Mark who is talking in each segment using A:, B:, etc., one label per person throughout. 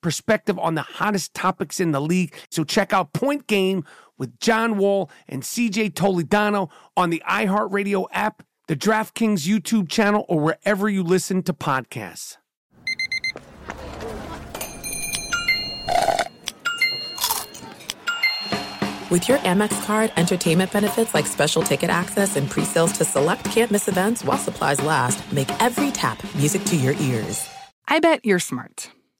A: perspective on the hottest topics in the league. So check out Point Game with John Wall and CJ Toledano on the iHeartRadio app, the DraftKings YouTube channel, or wherever you listen to podcasts.
B: With your Amex card, entertainment benefits like special ticket access and pre-sales to select campus events while supplies last make every tap music to your ears.
C: I bet you're smart.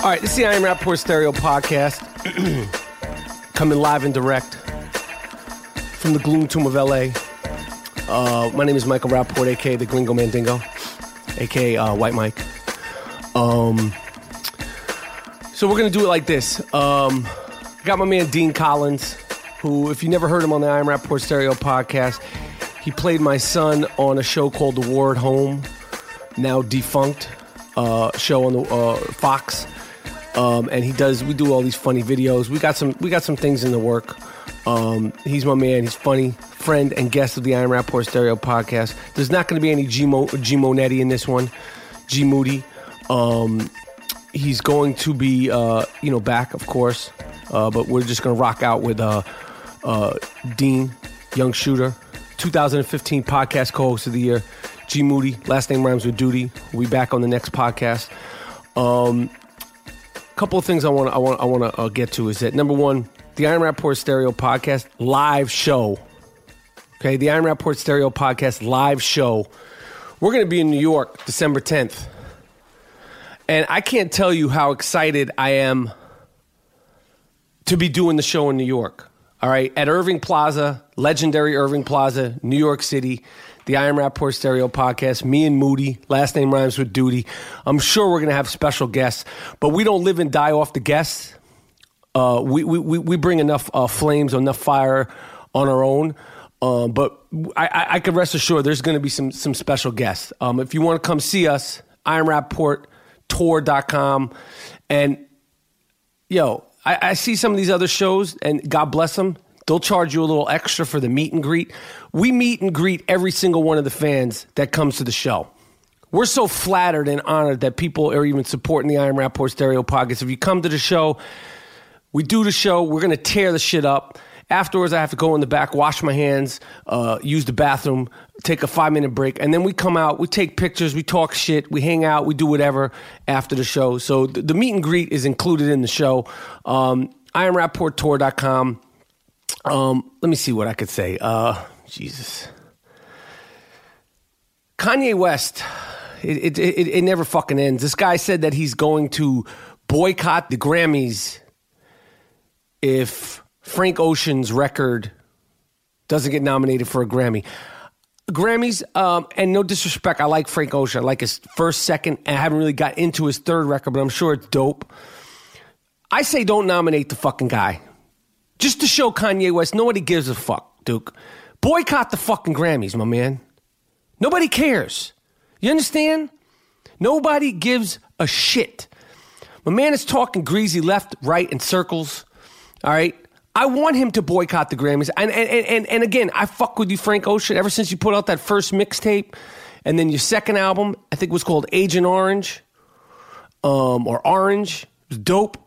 D: All right, this is the Iron Rapport Stereo podcast, coming live and direct from the gloom tomb of LA. Uh, my name is Michael Rapport, aka the Glingo Mandingo, aka uh, White Mike. Um, so we're gonna do it like this. Um, I got my man Dean Collins, who, if you never heard him on the Iron Rapport Stereo podcast, he played my son on a show called The War at Home, now defunct uh, show on the uh, Fox. Um, and he does. We do all these funny videos. We got some. We got some things in the work. Um, he's my man. He's funny friend and guest of the Iron Rapport Stereo podcast. There's not going to be any G Mo- G Monetti in this one. G Moody. Um, he's going to be uh, you know back of course uh, but we're just going to rock out with uh, uh, dean young shooter 2015 podcast co-host of the year g moody last name rhymes with duty we'll be back on the next podcast um, couple of things i want i want i want to uh, get to is that number one the iron rapport stereo podcast live show okay the iron rapport stereo podcast live show we're going to be in new york december 10th and I can't tell you how excited I am to be doing the show in New York. All right, at Irving Plaza, legendary Irving Plaza, New York City, the Iron Rapport Stereo Podcast, me and Moody, last name rhymes with Duty. I'm sure we're going to have special guests, but we don't live and die off the guests. Uh, we, we, we we bring enough uh, flames, enough fire on our own. Um, but I, I, I can rest assured there's going to be some, some special guests. Um, if you want to come see us, ironrapporttour.com. And yo, I, I see some of these other shows, and God bless them. They'll charge you a little extra for the meet and greet. We meet and greet every single one of the fans that comes to the show. We're so flattered and honored that people are even supporting the Iron Rapport Stereo Pockets. If you come to the show, we do the show. We're gonna tear the shit up. Afterwards, I have to go in the back, wash my hands, uh, use the bathroom, take a five minute break, and then we come out. We take pictures, we talk shit, we hang out, we do whatever after the show. So th- the meet and greet is included in the show. Um, IronRapportTour.com. Um, let me see what I could say. Uh, Jesus. Kanye West, it, it, it, it never fucking ends. This guy said that he's going to boycott the Grammys if Frank Ocean's record doesn't get nominated for a Grammy. Grammys, um, and no disrespect, I like Frank Ocean. I like his first, second, and I haven't really got into his third record, but I'm sure it's dope. I say don't nominate the fucking guy. Just to show Kanye West, nobody gives a fuck, Duke. Boycott the fucking Grammys, my man. Nobody cares. You understand? Nobody gives a shit. My man is talking greasy left, right, and circles. All right. I want him to boycott the Grammys. And and, and, and and again, I fuck with you, Frank Ocean, ever since you put out that first mixtape and then your second album, I think it was called Agent Orange. Um, or Orange. It was dope.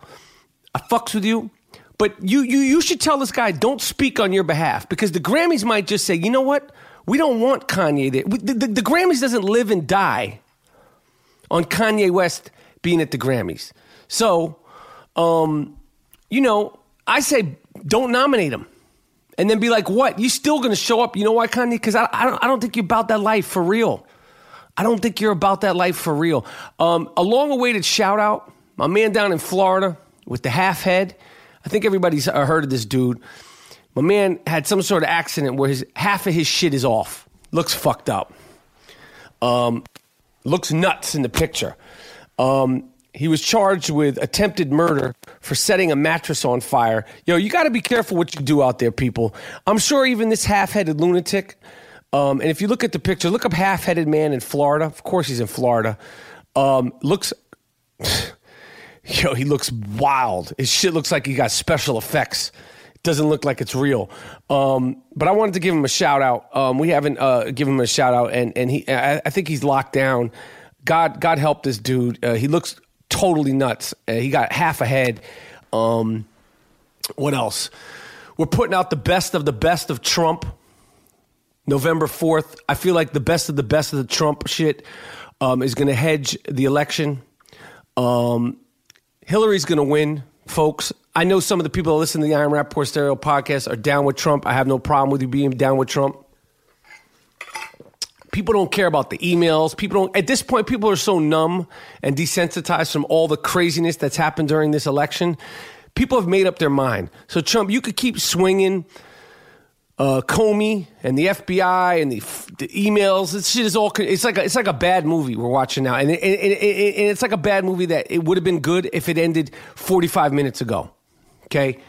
D: I fucks with you. But you you you should tell this guy, don't speak on your behalf. Because the Grammys might just say, you know what? We don't want Kanye there. We- The, the, the Grammys doesn't live and die on Kanye West being at the Grammys. So, um, you know, I say don't nominate him. And then be like, what? You still gonna show up? You know why, Kanye? Because I, I, don't, I don't think you're about that life for real. I don't think you're about that life for real. Um, a long awaited shout out, my man down in Florida with the half head. I think everybody's uh, heard of this dude. My man had some sort of accident where his half of his shit is off. Looks fucked up Um, looks nuts in the picture. Um, he was charged with attempted murder for setting a mattress on fire. Yo, you got to be careful what you do out there, people. I'm sure even this half-headed lunatic. Um, and if you look at the picture, look up half-headed man in Florida. Of course, he's in Florida. Um, looks, yo, he looks wild. His shit looks like he got special effects. Doesn't look like it's real. Um, but I wanted to give him a shout out. Um, we haven't uh, given him a shout out, and and he, I, I think he's locked down. God, God help this dude. Uh, he looks totally nuts. Uh, he got half a head. Um, what else? We're putting out the best of the best of Trump. November 4th. I feel like the best of the best of the Trump shit um, is going to hedge the election. Um, Hillary's going to win, folks. I know some of the people that listen to the Iron Rapport Stereo podcast are down with Trump. I have no problem with you being down with Trump. People don't care about the emails. People don't, at this point, people are so numb and desensitized from all the craziness that's happened during this election. People have made up their mind. So, Trump, you could keep swinging uh, Comey and the FBI and the, f- the emails. This shit is all. co- It's like a, it's like a bad movie we're watching now, and, it, and, and, and and it's like a bad movie that it would have been good if it ended forty five minutes ago. Okay,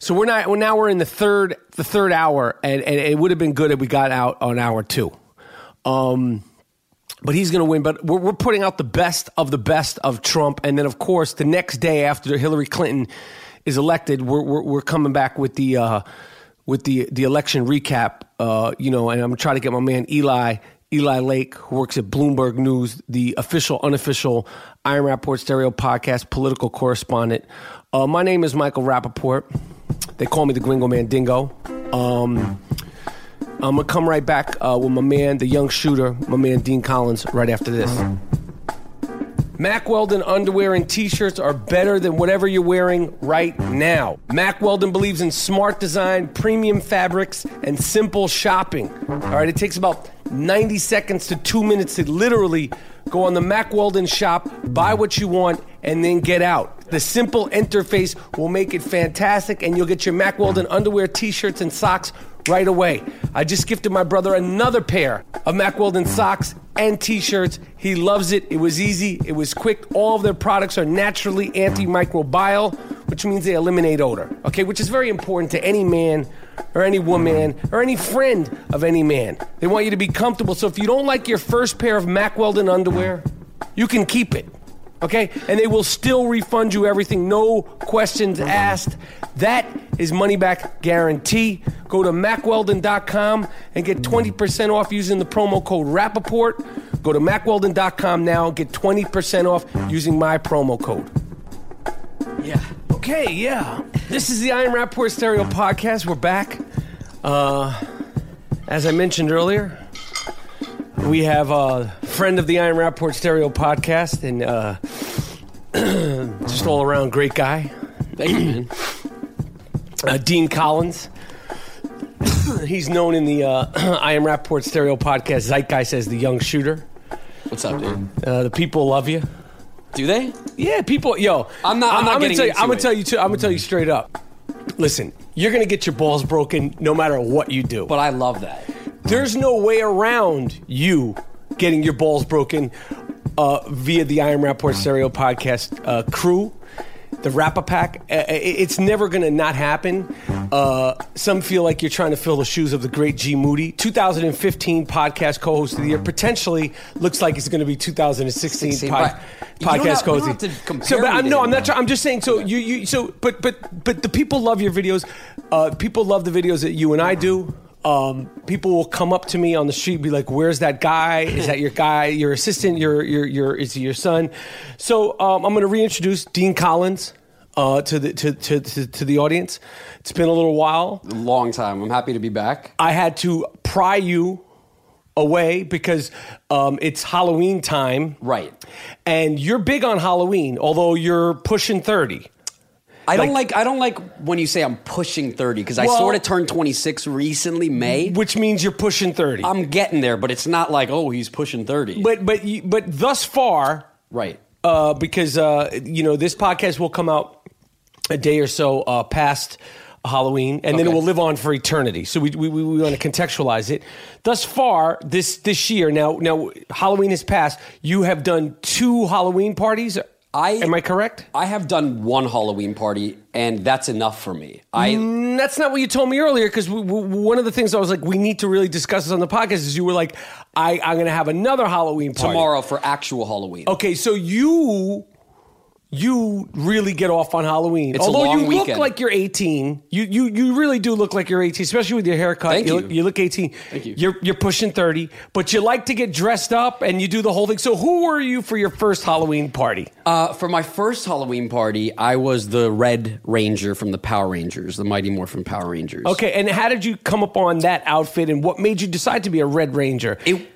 D: so we're not. Well, now we're in the third the third hour, and, and it would have been good if we got out on hour two. Um, but he's going to win. But we're, we're putting out the best of the best of Trump. And then, of course, the next day after Hillary Clinton is elected, we're, we're, we're coming back with the uh, with the the election recap. Uh, you know, and I'm trying to get my man Eli Eli Lake, who works at Bloomberg News, the official unofficial Iron Rapport Stereo podcast political correspondent. Uh, my name is Michael Rappaport. They call me the Gringo Man Dingo. Um, I'm gonna come right back uh, with my man, the young shooter, my man Dean Collins, right after this. Mack Weldon underwear and t-shirts are better than whatever you're wearing right now. Mack Weldon believes in smart design, premium fabrics, and simple shopping. All right, it takes about 90 seconds to two minutes to literally go on the Mack Weldon shop, buy what you want, and then get out. The simple interface will make it fantastic, and you'll get your Mack Weldon underwear, t-shirts, and socks right away. I just gifted my brother another pair of Mack Weldon socks and t-shirts. He loves it. It was easy. It was quick. All of their products are naturally antimicrobial, which means they eliminate odor. Okay, which is very important to any man or any woman or any friend of any man. They want you to be comfortable. So if you don't like your first pair of Mack Weldon underwear, you can keep it okay? And they will still refund you everything, no questions asked. That is money back guarantee. Go to macweldon.com and get 20% off using the promo code Rappaport. Go to macweldon.com now and get 20% off using my promo code. Yeah. Okay, yeah. This is the Iron Rapport Stereo Podcast. We're back. Uh, as I mentioned earlier, we have a friend of the Iron Rapport Stereo podcast and uh, just all around great guy,
E: Thank you, man.
D: uh, Dean Collins. He's known in the uh, I Am Rapport Stereo podcast zeitgeist as the young shooter.
E: What's up, dude?
D: Uh, the people love you.
E: Do they?
D: Yeah, people. Yo,
E: I'm not- I'm not
D: gonna
E: getting
D: tell you,
E: into
D: I'm gonna
E: it.
D: tell you. Too, I'm gonna tell you straight up. Listen, you're gonna get your balls broken no matter what you do.
E: But I love that.
D: There's no way around you getting your balls broken uh, via the Iron Rapport Stereo podcast uh, crew. the Rapper Pack. Uh, it- It's never going to not happen. Uh, some feel like you're trying to fill the shoes of the great G Moody. 2015 podcast co host of the year. Potentially looks like it's going to be 2016
E: Sixteen,
D: pod-
E: right. You don't
D: podcast
E: have-
D: co
E: you
D: host.
E: don't have to compare
D: So, but
E: me
D: I'm,
E: to
D: no, I'm
E: him,
D: not
E: though.
D: trying. I'm just saying. So you, you, so but, but, but the people love your videos. Uh, people love the videos that you and I do. Um, people will come up to me on the street, and be like, "Where's that guy? Is that your guy? Your assistant? Your, your, your? Is he your son?" So um, I'm going to reintroduce Dean Collins uh, to the to, to, to, to the audience. It's been a little while.
E: Long time. I'm happy to be back.
D: I had to pry you away because um, it's Halloween time,
E: Right.
D: And you're big on Halloween, although you're pushing thirty.
E: I don't like I don't like when you say I'm pushing 30 because I
D: Well-
E: sort of turned 26 recently May.
D: which means you're pushing 30
E: I'm getting there, but it's not like oh he's pushing 30.
D: but but you, but thus far
E: right.
D: uh, because uh, you know this podcast will come out a day or so uh, past Halloween, and then it
E: Okay.
D: will live on for eternity. So we we, we, we want to contextualize it. Thus far this this year, now now Halloween has passed. You have done two Halloween parties.
E: I
D: am I correct?
E: I have done one Halloween party and that's enough for me. I
D: And that's not what you told me earlier because w- w- one of the things I was like, we need to really discuss this on the podcast is you were like, I, I'm going to have another Halloween party.
E: tomorrow for actual Halloween.
D: Okay, so you you really get off on Halloween.
E: It's a
D: Although
E: long
D: you look
E: weekend.
D: like you're 18, you you you really do look like you're 18, especially with your haircut.
E: Thank you.
D: Look, you look 18.
E: Thank you.
D: You're you're pushing 30, but you like to get dressed up and you do the whole thing. So who were you for your first Halloween party?
E: Uh, for my first Halloween party, I was the Red Ranger from the Power Rangers, the Mighty Morphin Power Rangers.
D: okay, and how did you come upon that outfit and what made you decide to be a Red Ranger?
E: It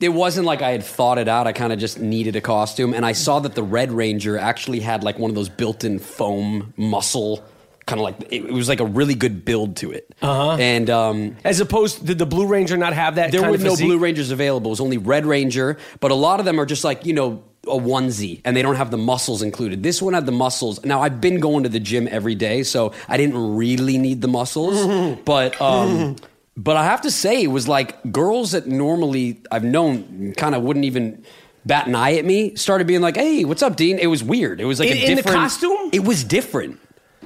E: it wasn't like I had thought it out. I kind of just needed a costume, and I saw that the Red Ranger actually had like one of those built-in foam muscle, kind of like it, it was like a really good build to it. Uh-huh. And um,
D: As opposed did the Blue Ranger not have that
E: there
D: kind
E: were
D: of
E: no
D: physique?
E: Blue Rangers available. It was only Red Ranger, but a lot of them are just like, you know, a onesie and they don't have the muscles included. This one had the muscles. Now, I've been going to the gym every day, so I didn't really need the muscles, but. Um, But I have to say, it was like girls that normally I've known kind of wouldn't even bat an eye at me started being like, "Hey, what's up, Dean?" It was weird. It was like
D: In-
E: a
D: in the
E: different
D: costume?
E: It was different.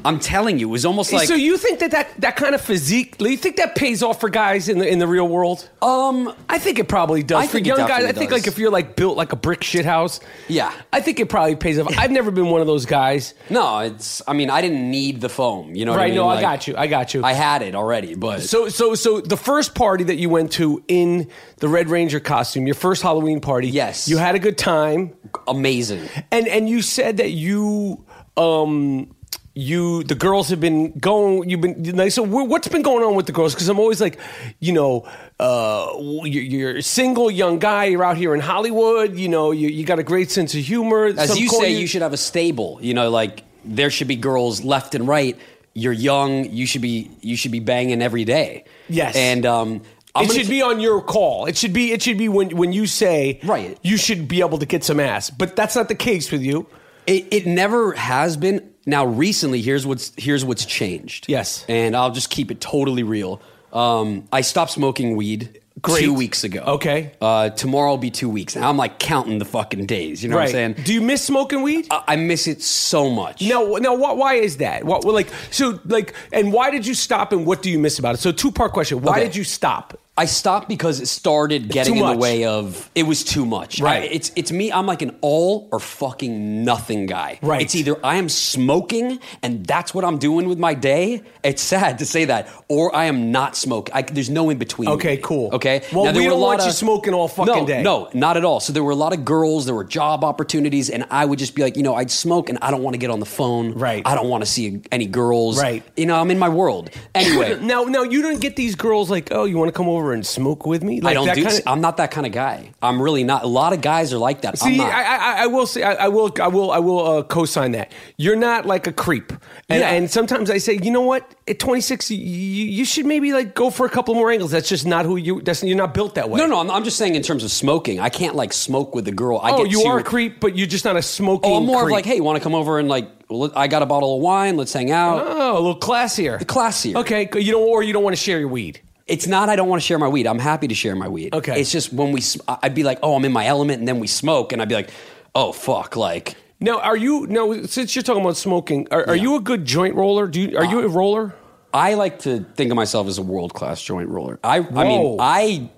E: I'm telling you, it was almost like
D: so you think that, that that kind of physique, you think that pays off for guys in the in the real world?
E: um.
D: I think it probably does
E: I
D: for
E: think it
D: young guys.
E: definitely
D: I think
E: does.
D: like if you're like built like a brick shit house,
E: Yeah.
D: I think it probably pays off. I've never been one of those guys.
E: No, it's. I mean, I didn't need the foam. You know, What I
D: right?
E: mean?
D: No, I
E: Like,
D: got you. I got you.
E: I had it already, but
D: so so so the first party that you went to in the Red Ranger costume, your first Halloween party.
E: Yes.
D: you had a good time,
E: amazing.
D: and and you said that you um you the girls have been going you've been like so wh- what's been going on with the girls because i'm always like you know uh you're, you're a single young guy you're out here in hollywood you know you, you got a great sense of humor
E: As
D: Some
E: you
D: call
E: say, you should have a stable. You know, like there should be girls left and right. You're young. You should be. You should be banging every day.
D: Yes.
E: and um, I'm
D: it
E: gonna-
D: should be on your call. It should be. It should be when when you say
E: Right.
D: You should be able to get some ass, but that's not the case with you.
E: It, it never has been. Now, recently, here's what's here's what's changed.
D: Yes.
E: and I'll just keep it totally real. Um, I stopped smoking weed
D: Great.
E: two weeks ago.
D: Okay.
E: uh, tomorrow will be two weeks. And I'm like counting the fucking days. You know what I'm saying?
D: Do you miss smoking weed?
E: I, I miss it so much.
D: No, no. Why, why is that? What, well, like, so, like, and why did you stop? And what do you miss about it? So, two part question. Why
E: Okay.
D: did you stop?
E: I stopped because it started getting
D: too
E: in the
D: much.
E: way of it was too much.
D: Right.
E: I- it's it's me. I'm like an all or fucking nothing guy.
D: Right.
E: It's either I am smoking and that's what I'm doing with my day. It's sad to say that, or I am not smoking. I, there's no in between. with
D: Okay,
E: me.
D: cool.
E: Okay.
D: Well,
E: there
D: we
E: were a
D: don't
E: lot
D: want you
E: of-
D: smoking all fucking
E: No,
D: day.
E: No, not at all. So there were a lot of girls. There were job opportunities, and I would just be like, you know, I'd smoke and I don't want to get on the phone.
D: Right.
E: I don't want to see any girls.
D: Right.
E: You know, I'm in my world. Anyway.
D: Now, now you don't get these girls like, oh, you want to come over and smoke with me? Like
E: I don't do.
D: kinda-
E: I'm not that kind of guy. I'm really not. A lot of guys are like that. I'm
D: See,
E: not.
D: I, I, I will say, I, I will, I will, I will uh, co-sign that. You're not like a creep, and,
E: Yeah.
D: and sometimes I say, you know what? At 26, you, you you should maybe like go for a couple more angles. That's just not who you. That's you're not built that way.
E: no, no. I'm, I'm just saying in terms of smoking. I can't like smoke with a girl. I
D: Oh,
E: get
D: you
E: too-
D: are a creep, but you're just not a smoking.
E: Oh, I'm more of
D: creep.
E: like, hey, want to come over and like? let- I got a bottle of wine. Let's hang out.
D: oh, a little classier,
E: Classier.
D: Okay, you don't, or you don't want to share your weed.
E: It's not. I don't want to share my weed. I'm happy to share my weed.
D: Okay.
E: It's just when we. sm- I- I'd be like, oh, I'm in my element, and then we smoke, and I'd be like, oh fuck, like.
D: Now, are you now since you're talking about smoking? Are, are you a good joint roller? Do you, are you a roller?
E: I like to think of myself as a world class joint roller. I, I
D: Whoa.
E: mean, I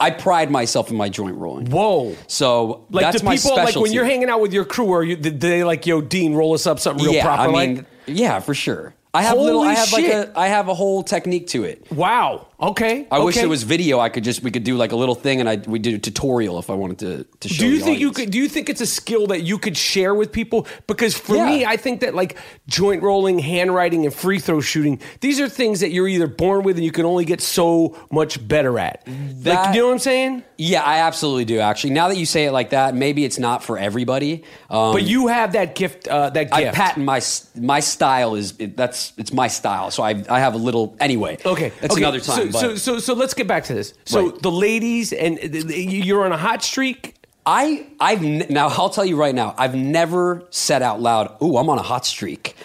E: I pride myself in my joint rolling.
D: Whoa!
E: So
D: Like
E: that's
D: do
E: my
D: people
E: specialty.
D: like when you're hanging out with your crew, are you do they like yo Dean roll us up something real
E: yeah,
D: proper?
E: I mean,
D: like
E: yeah, for sure. I have
D: Holy
E: little. I have like
D: shit.
E: a. I have a whole technique to it.
D: wow, okay.
E: I wish
D: okay.
E: there was video. I could just we could do like a little thing, and I we do a tutorial if I wanted to. to show
D: Do you
E: the
D: think you
E: audience.
D: could? Do you think it's a skill that you could share with people? Because for
E: Yeah.
D: me, I think that like joint rolling, handwriting, and free throw shooting, these are things that you're either born with and you can only get so much better at. like,
E: That-
D: you know what I'm saying?
E: Yeah, I absolutely do. Actually, now that you say it like that, maybe it's not for everybody. Um,
D: But you have that gift. Uh, that gift.
E: I patent my s- my style is it, that's it's my style. So I I have a little anyway.
D: Okay,
E: that's
D: okay.
E: another time.
D: So,
E: but
D: so, so, so let's get back to this. So
E: Right.
D: the ladies and th- th- you're on a hot streak.
E: I I've n- now I'll tell you right now. I've never said out loud, "Ooh, I'm on a hot streak.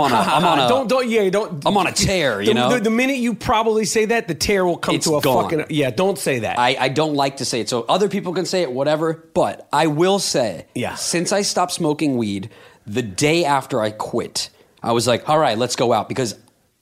E: on a I'm on a
D: Uh, don't don't yeah don't.
E: I'm on a tear," you
D: the,
E: know?
D: the, the minute you probably say that, the tear will come
E: It's
D: to a
E: gone.
D: fucking yeah. Don't say that.
E: I, I don't like to say it. So other people can say it, whatever. But I will say,
D: Yeah.
E: since I stopped smoking weed, the day after I quit, I was like, all right, let's go out because.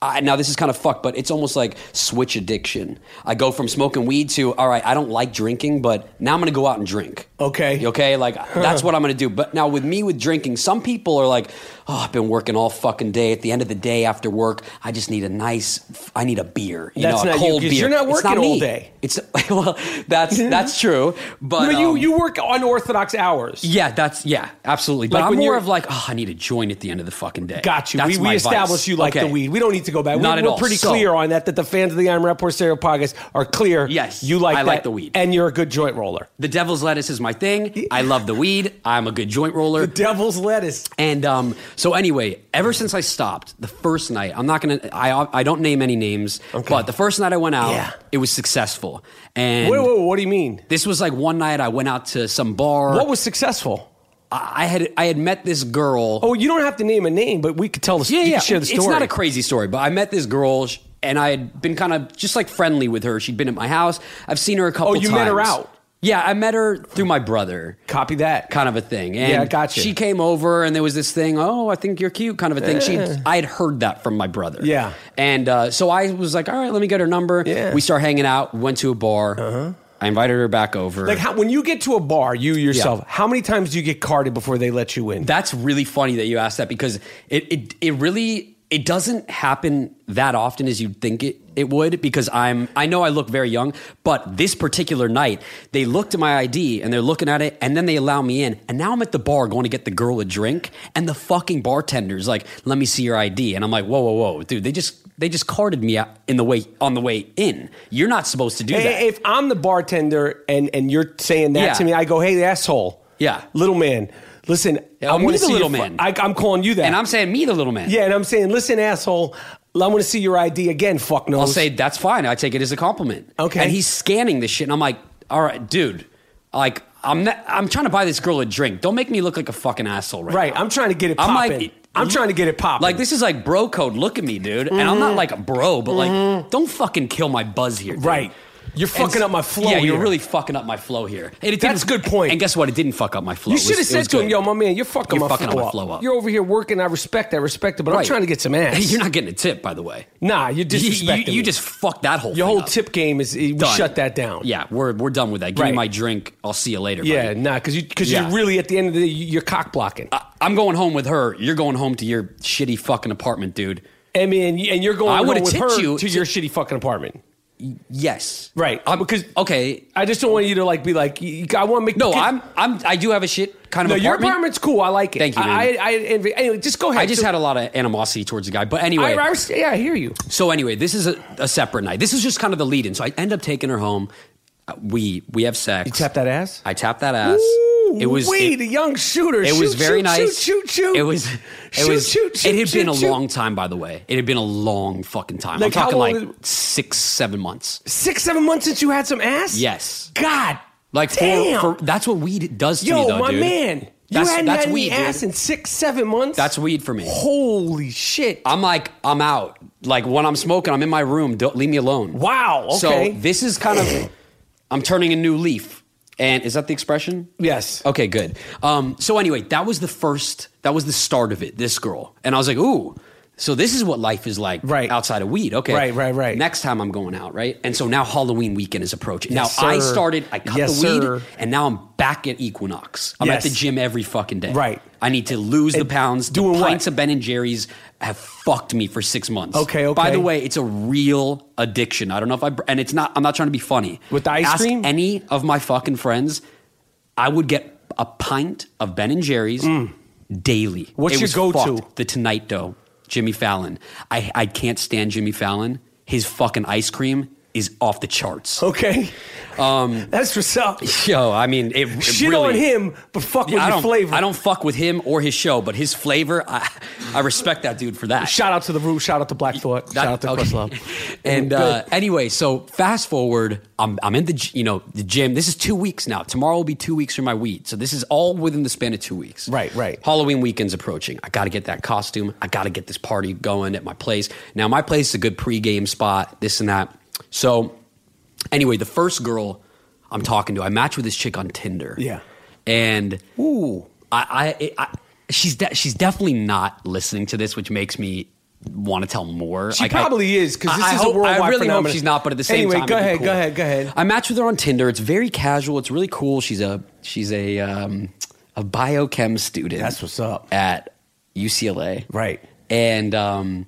E: I, now this is kind of fucked, but it's almost like switch addiction. I go from smoking weed to all right, I don't like drinking, but now I'm gonna go out and drink.
D: Okay.
E: okay, like that's what I'm gonna do. But now with me with drinking, some people are like, oh, I've been working all fucking day. At the end of the day after work, I just need a nice, I need a beer, you
D: That's
E: know, a
D: not you,
E: cold
D: 'cause
E: beer.
D: you're not
E: It's
D: working all
E: me.
D: day.
E: It's well, that's that's true, but
D: No, you
E: um,
D: you work unorthodox hours.
E: yeah, that's yeah, absolutely. But
D: Like
E: I'm
D: when
E: more
D: you're-
E: of like, oh, I need a joint at the end of the fucking day.
D: Got you.
E: That's
D: We,
E: my
D: we established
E: vice.
D: you like
E: Okay.
D: the weed. We don't need to go back.
E: Not
D: we,
E: at
D: we're
E: all.
D: pretty
E: So-
D: clear on that. That the fans of the Iron Rapport Stereo Podcast are clear.
E: Yes,
D: you like
E: I
D: that,
E: like the weed.
D: and you're a good joint roller.
E: The devil's lettuce is my thing. I love the weed. I'm a good joint roller.
D: Devil's lettuce.
E: And um, so anyway, ever since I stopped the first night, I'm not gonna. I I don't name any names, but the first night I went out,
D: Yeah.
E: it was successful. And
D: Wait, wait, wait, what do you mean?
E: this was like one night I went out to some bar.
D: What was successful?
E: I I had I had met this girl.
D: Oh, you don't have to name a name, but we could tell the
E: Yeah,
D: you
E: yeah.
D: could share the story.
E: It's not a crazy story, but I met this girl sh- and I had been kind of just like friendly with her. She'd been at my house. I've seen her a couple
D: Oh,
E: times.
D: you met her out?
E: Yeah, I met her through my brother.
D: Copy that.
E: Kind of a thing. And
D: Yeah, gotcha.
E: She came over and there was this thing, oh, I think you're cute, kind of a thing. She, I had heard that from my brother.
D: Yeah.
E: And uh, so I was like, all right, let me get her number.
D: Yeah.
E: We start hanging out, went to a bar. Uh-huh. I invited her back over.
D: Like how, when you get to a bar, you yourself, how many times do you get carded before they let you in?
E: That's really funny that you asked that because it it, it really it doesn't happen that often as you'd think it, it would because I'm I know I look very young, but this particular night they looked at my ID and they're looking at it and then they allow me in and now I'm at the bar going to get the girl a drink and the fucking bartender's like, let me see your ID and I'm like, whoa whoa whoa, dude, they just they just carded me out in the way on the way in. You're not supposed to do
D: I-
E: that.
D: If I'm the bartender and and you're saying that
E: Yeah.
D: to me, I go, "Hey, asshole,
E: Yeah.
D: little man, listen,
E: Yeah,
D: I
E: me
D: want to
E: the
D: see
E: little
D: your fu-
E: man.
D: I, I'm calling you that,
E: and I'm saying me the little man.
D: yeah, and I'm saying, listen, asshole, I want to see your ID again. Fuck no,
E: I'll say that's fine. I take it as a compliment.
D: Okay.
E: And he's scanning this shit, and I'm like, all right, dude, like I'm not, I'm trying to buy this girl a drink. Don't make me look like a fucking asshole right,
D: right.
E: now.
D: I'm trying to get it
E: I'm like-
D: popping. I'm trying to get it popping.
E: Like this is like bro code. Look at me, dude. And I'm
D: Mm-hmm.
E: not like a bro, but like don't fucking kill my buzz here. dude.
D: right? You're
E: And
D: fucking
E: s-
D: up my flow.
E: Yeah, you're
D: here.
E: really fucking up my flow here. And it
D: That's
E: didn't-
D: a good point.
E: And guess what? It didn't fuck up my flow.
D: You
E: It
D: should have
E: was- it
D: said
E: was
D: to him,
E: good.
D: "Yo, my man, you're fucking,
E: You're
D: my,
E: fucking up
D: flow
E: my flow up.
D: You're over here working. I respect. I respect it, but I'm
E: Right.
D: trying to get some ass.
E: You're not getting a tip, by the way.
D: Nah, you're
E: You- You,
D: disrespecting.
E: you,
D: me.
E: just fucked that whole
D: your
E: thing
D: whole
E: up.
D: tip game is. We
E: Done.
D: shut that down.
E: Yeah, we're we're done with that. Give
D: Right.
E: me my drink. I'll see you later.
D: Yeah,
E: buddy.
D: nah, because you because
E: Yeah. Uh,
D: you're really at the end of the day, you- you're cock blocking.
E: I- I'm going home with her. You're going home to your shitty fucking apartment, dude.
D: I mean, and you're going
E: I
D: home
E: would've
D: with
E: tipped
D: her
E: you
D: to
E: to-
D: your shitty fucking apartment.
E: Yes.
D: Right.
E: I'm, because okay.
D: I just don't want you to like be like, y- y- I want to make.
E: No,
D: get-
E: I'm I'm I do have a shit kind of
D: No, your
E: apartment.
D: apartment's cool. I like it.
E: Thank you, man.
D: I, I, I envy. Anyway, just go ahead.
E: I just
D: So-
E: had a lot of animosity towards the guy. But
D: I,
E: anyway,
D: I, was- yeah, I hear you.
E: so anyway, this is a, a separate night. This is just kind of the lead in. So I end up taking her home. Uh, We we have sex.
D: You tap that ass.
E: I tapped that ass. it was
D: Wait,
E: it-
D: a young shooter.
E: It
D: Shoot,
E: was very
D: shoot,
E: nice.
D: Shoot, shoot, shoot.
E: It was. It
D: Shoot,
E: was.
D: shoot, shoot,
E: it had been
D: shoot,
E: a
D: shoot.
E: long time, by the way. It had been a long fucking time.
D: Like, how
E: I'm talking
D: long
E: like
D: did-
E: six, seven months.
D: six, seven months since you had some ass.
E: Yes.
D: God.
E: Like
D: damn.
E: for, for that's what weed does to
D: Yo,
E: me, though,
D: my
E: dude.
D: man, you
E: That's-
D: hadn't
E: that's
D: had any
E: weed, dude.
D: ass in six, seven months.
E: That's weed for me.
D: holy shit.
E: I'm like, I'm out. Like when I'm smoking, I'm in my room. Don't leave me alone.
D: Wow,
E: So
D: okay.
E: this is kind of, I'm turning a new leaf. And is that the expression?
D: Yes.
E: Okay, good. Um, so anyway, that was the first, that was the start of it, this girl. And I was like, ooh, so this is what life is like
D: Right.
E: outside of weed. Okay.
D: Right, right, right.
E: Next time I'm going out, right? And so now Halloween weekend is approaching.
D: Yes,
E: now I
D: sir.
E: started, I cut
D: Yes,
E: the weed,
D: sir.
E: and now I'm back at Equinox. I'm
D: Yes.
E: at the gym every fucking day.
D: Right.
E: I need to lose the pounds.
D: doing
E: the
D: what?
E: pints of Ben and Jerry's have fucked me for six months.
D: Okay, okay.
E: By the way, it's a real addiction. I don't know if I br- and it's not. I'm not trying to be funny.
D: With the ice
E: Ask
D: cream?
E: any of my fucking friends, I would get a pint of Ben and Jerry's daily.
D: What's
E: It
D: your
E: was
D: go-to?
E: fucked. The Tonight Dough, Jimmy Fallon. I I can't stand Jimmy Fallon. His fucking ice cream is off the charts.
D: Okay. Um, That's what's up.
E: Yo, I mean, it, it
D: Shit
E: really,
D: on him, but fuck with
E: I
D: your
E: don't,
D: flavor.
E: I don't fuck with him or his show, but his flavor, I, I respect that dude for that.
D: Shout out to the root. Shout out to Black Thought.
E: That-
D: shout out to
E: okay.
D: Questlove.
E: and
D: Good.
E: uh, anyway, so fast forward, I'm I'm in the g- you know the gym. This is two weeks now. Tomorrow will be two weeks from my weed. So this is all within the span of two weeks.
D: Right, right.
E: Halloween weekend's approaching. I got to get that costume. I got to get this party going at my place. Now my place is a good pregame spot. This and that. So anyway, the first girl I'm talking to, I match with this chick on Tinder.
D: Yeah.
E: and ooh, I, I, I she's de- she's definitely not listening to this, which makes me want to tell more.
D: She
E: Like, I-
D: probably is, 'cause this
E: I- I
D: is a
E: hope- I
D: worldwide
E: really
D: phenomenon.
E: hope she's not, but at the same
D: Anyway,
E: time,
D: go
E: it'd be
D: ahead,
E: cool.
D: go ahead, go ahead.
E: I matched with her on Tinder. It's very casual. It's really cool. She's a she's a um, a biochem student.
D: That's what's up.
E: at UCLA.
D: Right.
E: And um,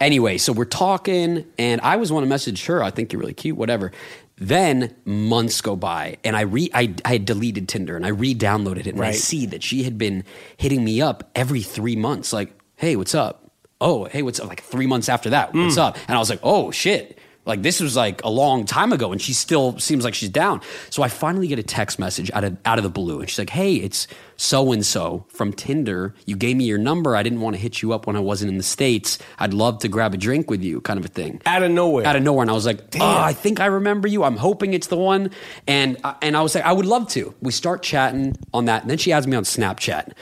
E: anyway, so we're talking, and I was want to message her. I think you're really cute, whatever. Then months go by, and I re I, I had deleted Tinder, and I re-downloaded it, and I
D: Right.
E: see that she had been hitting me up every three months, like, "Hey, what's up? Oh, hey, what's up?" Like three months after that, "What's up?" And I was like, "Oh shit." Like this was like a long time ago, and she still seems like she's down. So I finally get a text message out of out of the blue, and she's like, "Hey, it's so and so from Tinder. You gave me your number. I didn't want to hit you up when I wasn't in the states. I'd love to grab a drink with you, kind of a thing."
D: Out of nowhere.
E: Out of nowhere, and I was like, "Oh, I think I remember you. I'm hoping it's the one." And I- and I was like, "I would love to." We start chatting on that, and then she adds me on Snapchat.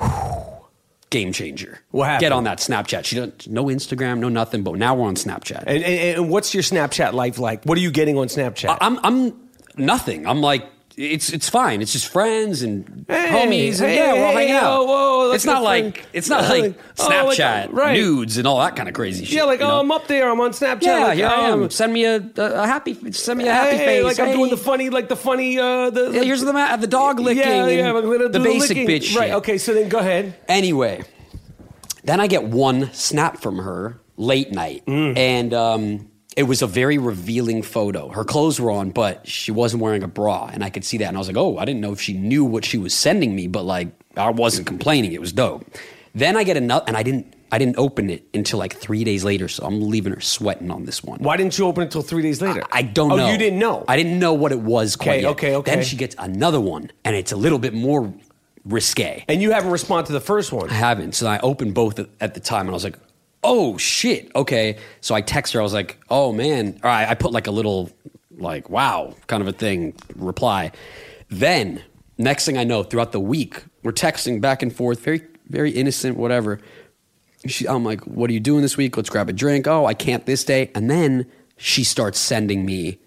E: Whew. Game changer.
D: What happened?
E: Get on that Snapchat. She don't no Instagram, no nothing. But now we're on Snapchat.
D: And, and, and what's your Snapchat life like? What are you getting on Snapchat?
E: I'm I'm nothing. I'm like it's it's fine. It's just friends and
D: Hey,
E: homies. and
D: hey,
E: yeah, we're all
D: hey,
E: hanging out.
D: oh, whoa, look
E: it's
D: at
E: not
D: the
E: like
D: friend.
E: it's not
D: Oh,
E: like
D: like- oh, like,
E: Snapchat
D: right.
E: nudes and all that kind of crazy shit.
D: yeah, like,
E: you
D: oh,
E: know?
D: I'm up there. I'm on Snapchat.
E: Yeah,
D: like,
E: here
D: oh,
E: I
D: I'm-
E: am. Send me a, a, a happy. Send me a happy
D: hey,
E: face.
D: Like, I'm doing
E: Hey.
D: the funny, like the funny, uh, the.
E: Yeah, here's the ma- the dog licking.
D: Yeah, yeah,
E: and
D: I'm gonna do
E: the basic
D: licking.
E: bitch.
D: Right,
E: shit.
D: okay, so then go ahead.
E: Anyway, then I get one snap from her late night,
D: Mm.
E: and um, it was a very revealing photo. Her clothes were on, but she wasn't wearing a bra, and I could see that. And I was like, oh, I didn't know if she knew what she was sending me, but like I wasn't complaining. It was dope. Then I get another, and I didn't. I didn't open it until like three days later, so I'm leaving her sweating on this one.
D: Why didn't you open it until three days later?
E: I don't
D: oh,
E: know.
D: you didn't know.
E: I didn't know what it was quite
D: Okay,
E: yet.
D: okay, okay.
E: Then she gets another one, and it's a little bit more risque.
D: And you haven't responded to the first one.
E: I haven't. So I opened both at- at the time, and I was like, "Oh shit, okay." So I text her. I was like, "Oh man," or I, I put like a little, like "Wow" kind of a thing reply. Then next thing I know, throughout the week, we're texting back and forth, very very innocent, whatever. She, I'm like, "What are you doing this week? Let's grab a drink." Oh, I can't this day. And then she starts sending me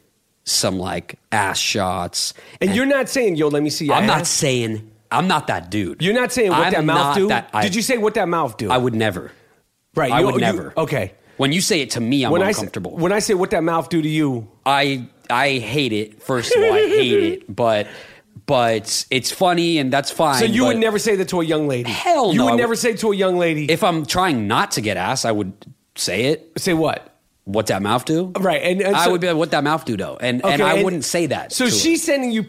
E: some like ass shots.
D: And you're not saying, yo, let me see your
E: I'm not
D: ass.
E: saying. I'm not that dude.
D: You're not saying what
E: I'm
D: that mouth
E: not
D: do?
E: that- I-
D: Did you say what that mouth do?
E: I would never.
D: right,
E: I
D: you-
E: would
D: you-
E: never.
D: Okay.
E: When you say it to me, I'm
D: when I say-
E: uncomfortable.
D: when I say what that mouth do to you,
E: I I hate it. First of all, I hate it. But but it's funny and that's fine.
D: so you would
E: but
D: never say that to a young lady.
E: Hell
D: you
E: no,
D: would
E: I
D: never
E: would-
D: say to a young lady.
E: If I'm trying not to get ass, I would say it.
D: say what?
E: What that mouth do?
D: Right, and- and
E: I
D: so-
E: would be like, what that mouth do though, and and
D: Okay,
E: I
D: and-
E: wouldn't say that.
D: So
E: to her.
D: she's sending you.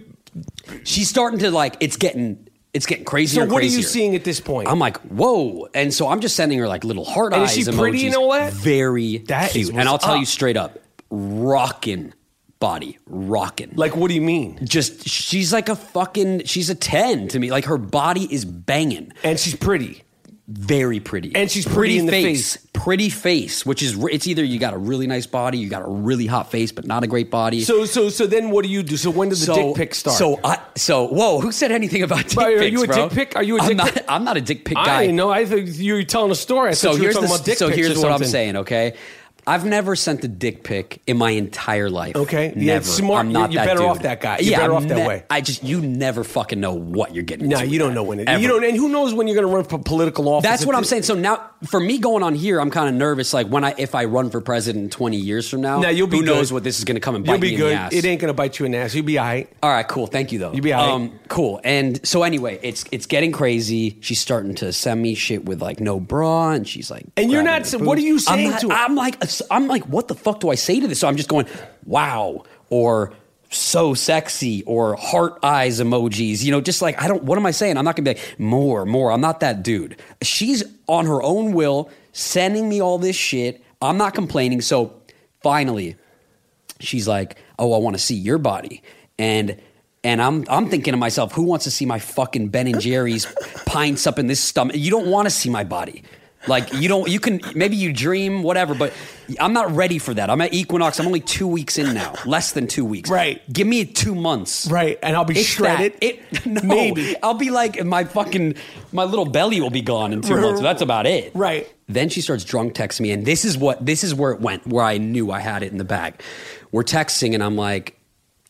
E: she's starting to like it's getting it's getting crazier.
D: So
E: and
D: what are you
E: crazier.
D: seeing at this point?
E: I'm like, whoa. And so I'm just sending her like little heart
D: And is
E: eyes
D: she pretty
E: emojis.
D: and all that?
E: Very
D: That is
E: cute.
D: what's
E: and I'll tell
D: up.
E: you straight up, rockin' body, rockin'.
D: Like, what do you mean?
E: just she's like a fucking she's a 10 to me. Like her body is banging.
D: And she's pretty.
E: Very pretty.
D: And she's pretty in the face.
E: Pretty face, which is it's either you got a really nice body, you got a really hot face, but not a great body.
D: So, so, so then what do you do? So when did the dick pic start?
E: So, I, so whoa, who said anything about dick
D: Bro, are
E: pics,
D: you a
E: bro?
D: dick pic? Are you a
E: I'm
D: dick
E: not,
D: pic?
E: I'm not a dick pic guy.
D: I didn't know. I think you were telling a story. I thought
E: so
D: you were
E: here's
D: talking
E: the,
D: about dick
E: so
D: pics
E: here's
D: or
E: what I'm
D: something.
E: saying, okay? I've never sent a dick pic in my entire life.
D: Okay.
E: never.
D: Yeah, it's smart.
E: I'm not
D: You're- you're
E: that
D: better
E: dude.
D: off that guy. You're better
E: I'm
D: off that way.
E: I just you never fucking know what you're getting.
D: No,
E: into
D: you
E: with
D: don't
E: that,
D: know when it.
E: ever.
D: You don't, and who knows when you're going to run for political office?
E: That's what
D: It-
E: I'm saying. So now, for me going on here, I'm kind of nervous. Like when I, if I run for president in 20 years from now,
D: Now you'll be
E: who knows
D: good.
E: what this is going to come and bite
D: You'll be
E: me
D: good.
E: in the ass.
D: It ain't going to bite you in the ass. You'll be all right.
E: All right, cool. Thank you though. Um,
D: You be all right.
E: cool. And so anyway, it's it's getting crazy. She's starting to send me shit with like no bra, and she's like,
D: And you're not
E: grabbing her
D: sa-
E: boobs.
D: what are you saying
E: I'm not-
D: to her?
E: I'm like, I'm like, what the fuck do I say to this? So I'm just going, wow, or so sexy, or heart eyes emojis. You know, just like I don't. What am I saying? I'm not gonna be like more, more. I'm not that dude. She's on her own will sending me all this shit. I'm not complaining. So finally, she's like, "Oh, I want to see your body," and and I'm I'm thinking to myself, "Who wants to see my fucking Ben and Jerry's pints up in this stomach? You don't want to see my body." Like you don't, you can maybe you dream whatever, but I'm not ready for that. I'm at Equinox. I'm only two weeks in now, less than two weeks.
D: Right.
E: Give me two months.
D: Right, and I'll be
E: It's
D: shredded.
E: that. It, no,
D: Maybe.
E: I'll be like my fucking my little belly will be gone in two months. That's about it.
D: Right.
E: Then she starts drunk texting me, and this is what this is where it went, where I knew I had it in the bag. We're texting, and I'm like,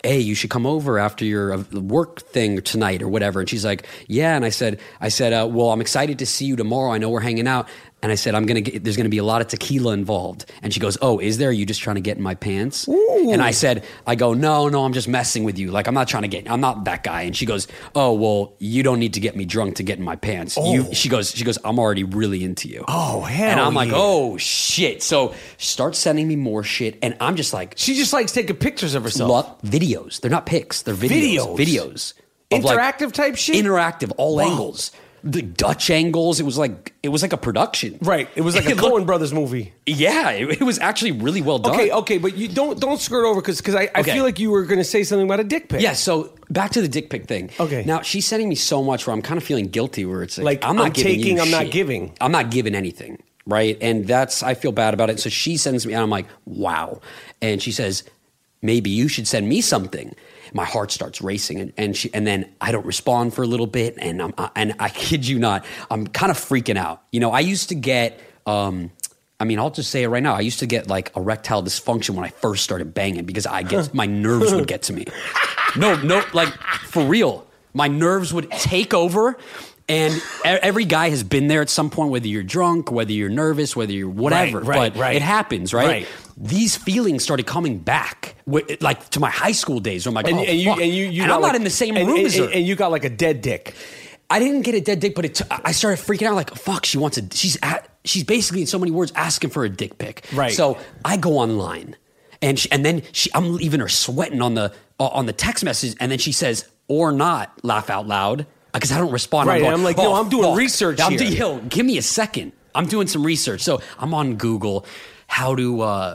E: "Hey, you should come over after your uh, work thing tonight or whatever." And she's like, "Yeah." And I said, "I said, uh, well, I'm excited to see you tomorrow. I know we're hanging out." And I said, "I'm gonna get. There's gonna be a lot of tequila involved." And she goes, "Oh, is there? Are you just trying to get in my pants?" And I said, "I go, no, no, I'm just messing with you. Like I'm not trying to get. I'm not that guy." And she goes, "Oh, well, you don't need to get me drunk to get in my pants. You." She goes, "She goes, I'm already really into you."
D: Oh, hell
E: And I'm like,
D: yeah.
E: oh shit. So start sending me more shit, and I'm just like,
D: She just likes taking pictures of herself.
E: lo- videos. They're not pics. They're
D: Videos?
E: videos. Videos. of,
D: Interactive type shit?
E: Interactive, all angles. The Dutch angles. It was like it was like a production.
D: Right. It was like a
E: looked-
D: Cohen Brothers movie.
E: Yeah, it, it was actually really well done.
D: Okay, okay, but you don't don't skirt over because I, I
E: Okay.
D: feel like you were going to say something about a dick pic.
E: Yeah, so back to the dick pic thing.
D: Okay.
E: Now she's sending me so much where I'm kind of feeling guilty where it's like,
D: Like,
E: I'm not
D: I'm
E: giving you
D: taking, I'm not
E: shit.
D: giving.
E: I'm not giving anything. Right. And that's I feel bad about it. So she sends me and I'm like, wow. And she says, Maybe you should send me something. My heart starts racing and, and she and then I don't respond for a little bit and I'm I, and I kid you not, I'm kind of freaking out. You know, I used to get um I mean, I'll just say it right now. I used to get like erectile dysfunction when I first started banging because I get my nerves would get to me. No, no, like for real, my nerves would take over. And e- every guy has been there at some point, whether you're drunk, whether you're nervous, whether you're whatever.
D: right,
E: but
D: right.
E: it happens, right?
D: Right.
E: These feelings started coming back, wi- like to my high school days. Where I'm like,
D: And,
E: oh,
D: and you
E: fuck.
D: and you, you
E: And
D: got
E: I'm
D: like-
E: not in the same
D: and-
E: room
D: and,
E: as her.
D: and, and you got like a dead dick.
E: I didn't get a dead dick, but it t- I started freaking out like, fuck, she wants a, she's at, she's basically in so many words asking for a dick pic.
D: Right.
E: So I go online and she, and then she, I'm leaving her sweating on the, uh, on the text message. And then she says, or not laugh out loud. Cause I don't respond.
D: Right,
E: going,
D: and I'm like, yo,
E: "Oh,
D: I'm doing
E: fuck."
D: research
E: I'm
D: here.
E: do- yo, give me a second. I'm doing some research. So I'm on Google how to, uh,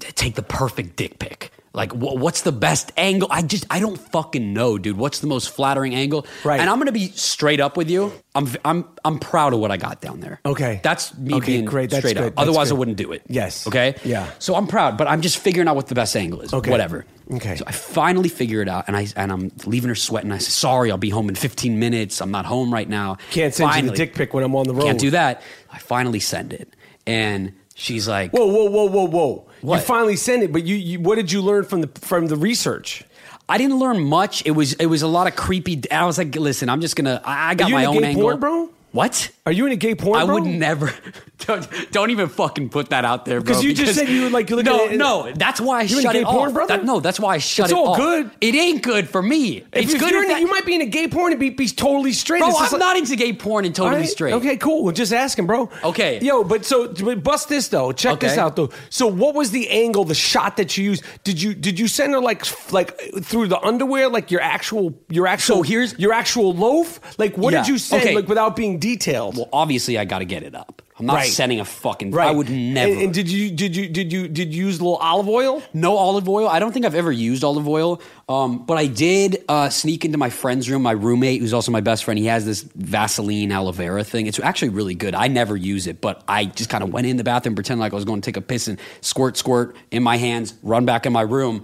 E: t- take the perfect dick pic. Like wh- what's the best angle? I just I don't fucking know, dude. What's the most flattering angle?
D: Right.
E: And I'm gonna be straight up with you. I'm I'm I'm proud of what I got down there.
D: Okay.
E: That's me
D: Okay,
E: being
D: great. That's
E: straight
D: good.
E: up.
D: That's
E: Otherwise,
D: good.
E: I wouldn't do it.
D: Yes.
E: Okay.
D: Yeah.
E: So I'm proud, but I'm just figuring out what the best angle is.
D: Okay.
E: Whatever.
D: Okay.
E: So I finally figure it out, and I and I'm leaving her sweating. I say, sorry, I'll be home in 15 minutes. I'm not home right now.
D: Can't send you
E: Finally.
D: the dick pic when I'm on the road.
E: Can't do that. I finally send it, and she's like,
D: Whoa, whoa, whoa, whoa, whoa!
E: What?
D: You finally sent it, but you, you what did you learn from the from the research?
E: I didn't learn much. It was it was a lot of creepy. I was like, listen, I'm just gonna. I, I got
D: you
E: my
D: into
E: own
D: gay
E: angle,
D: porn, bro?
E: What?
D: Are you in a gay porn?
E: I
D: bro?
E: would never. Don't, don't even fucking put that out there, bro.
D: 'Cause you just said you would, like, you look
E: no,
D: at it-
E: no. That's why I
D: You're in
E: shut
D: gay
E: it
D: porn,
E: off.
D: brother?
E: That- no, that's why I shut
D: It's
E: it
D: all
E: off.
D: good.
E: It ain't good for me.
D: If,
E: it's
D: if
E: good
D: you're
E: if
D: in,
E: that-
D: you might be in a gay porn and be, be totally straight.
E: Bro,
D: It's
E: I'm
D: just like-
E: not into gay porn and
D: All
E: totally
D: right,
E: straight.
D: Okay, cool. Well, just ask him, bro.
E: Okay.
D: Yo, but so but bust this though. Check this
E: Okay.
D: out though. So, what was the angle, the shot that you used? Did you did you send her like f- like through the underwear, like your actual your actual
E: here's-
D: your actual loaf? Like, what did
E: Yeah.
D: you send?
E: Okay.
D: Like without being detailed.
E: Well, obviously, I got to get it up. I'm not
D: Right.
E: sending a fucking.
D: Right.
E: I would never.
D: And, and did you did you did you did you use a little olive oil?
E: No olive oil. I don't think I've ever used olive oil, um, but I did uh, sneak into my friend's room. My roommate, who's also my best friend, he has this Vaseline aloe vera thing. It's actually really good. I never use it, but I just kind of went in the bathroom, pretended like I was going to take a piss, and squirt, squirt in my hands, run back in my room.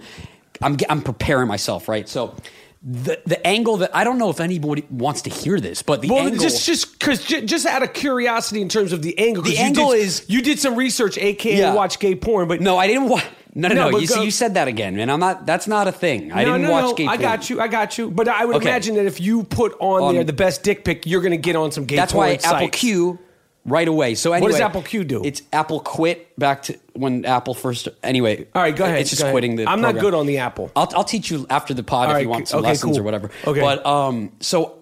E: I'm, ge- I'm preparing myself, right? So the the angle that I don't know if anybody wants to hear this, but the
D: Well,
E: angle
D: just just because just, out of curiosity in terms of the angle. 'cause
E: The
D: you
E: angle
D: did-
E: is-
D: you did some research, aka
E: Yeah.
D: watch gay porn, but
E: No, I didn't watch. No, no,
D: No,
E: no.
D: but
E: You,
D: go-
E: see, you said that again, man. I'm not. That's not a thing. I
D: no,
E: didn't
D: no,
E: watch
D: no,
E: gay
D: I
E: porn.
D: got you. I got you. But I would
E: Okay.
D: imagine that if you put on
E: Um,
D: there the best dick pic, you're going to get on some gay
E: That's
D: porn
E: why Apple
D: sites.
E: Q right away. So anyway,
D: does Apple Q do?
E: It's Apple quit back to when Apple first. Anyway,
D: All right, go ahead.
E: It's just
D: go ahead.
E: quitting the.
D: I'm not
E: program. Uh,
D: good on the Apple.
E: I'll, I'll teach you after the pod
D: All
E: if
D: right,
E: you want some
D: okay,
E: lessons
D: cool.
E: or whatever.
D: Okay.
E: But um, so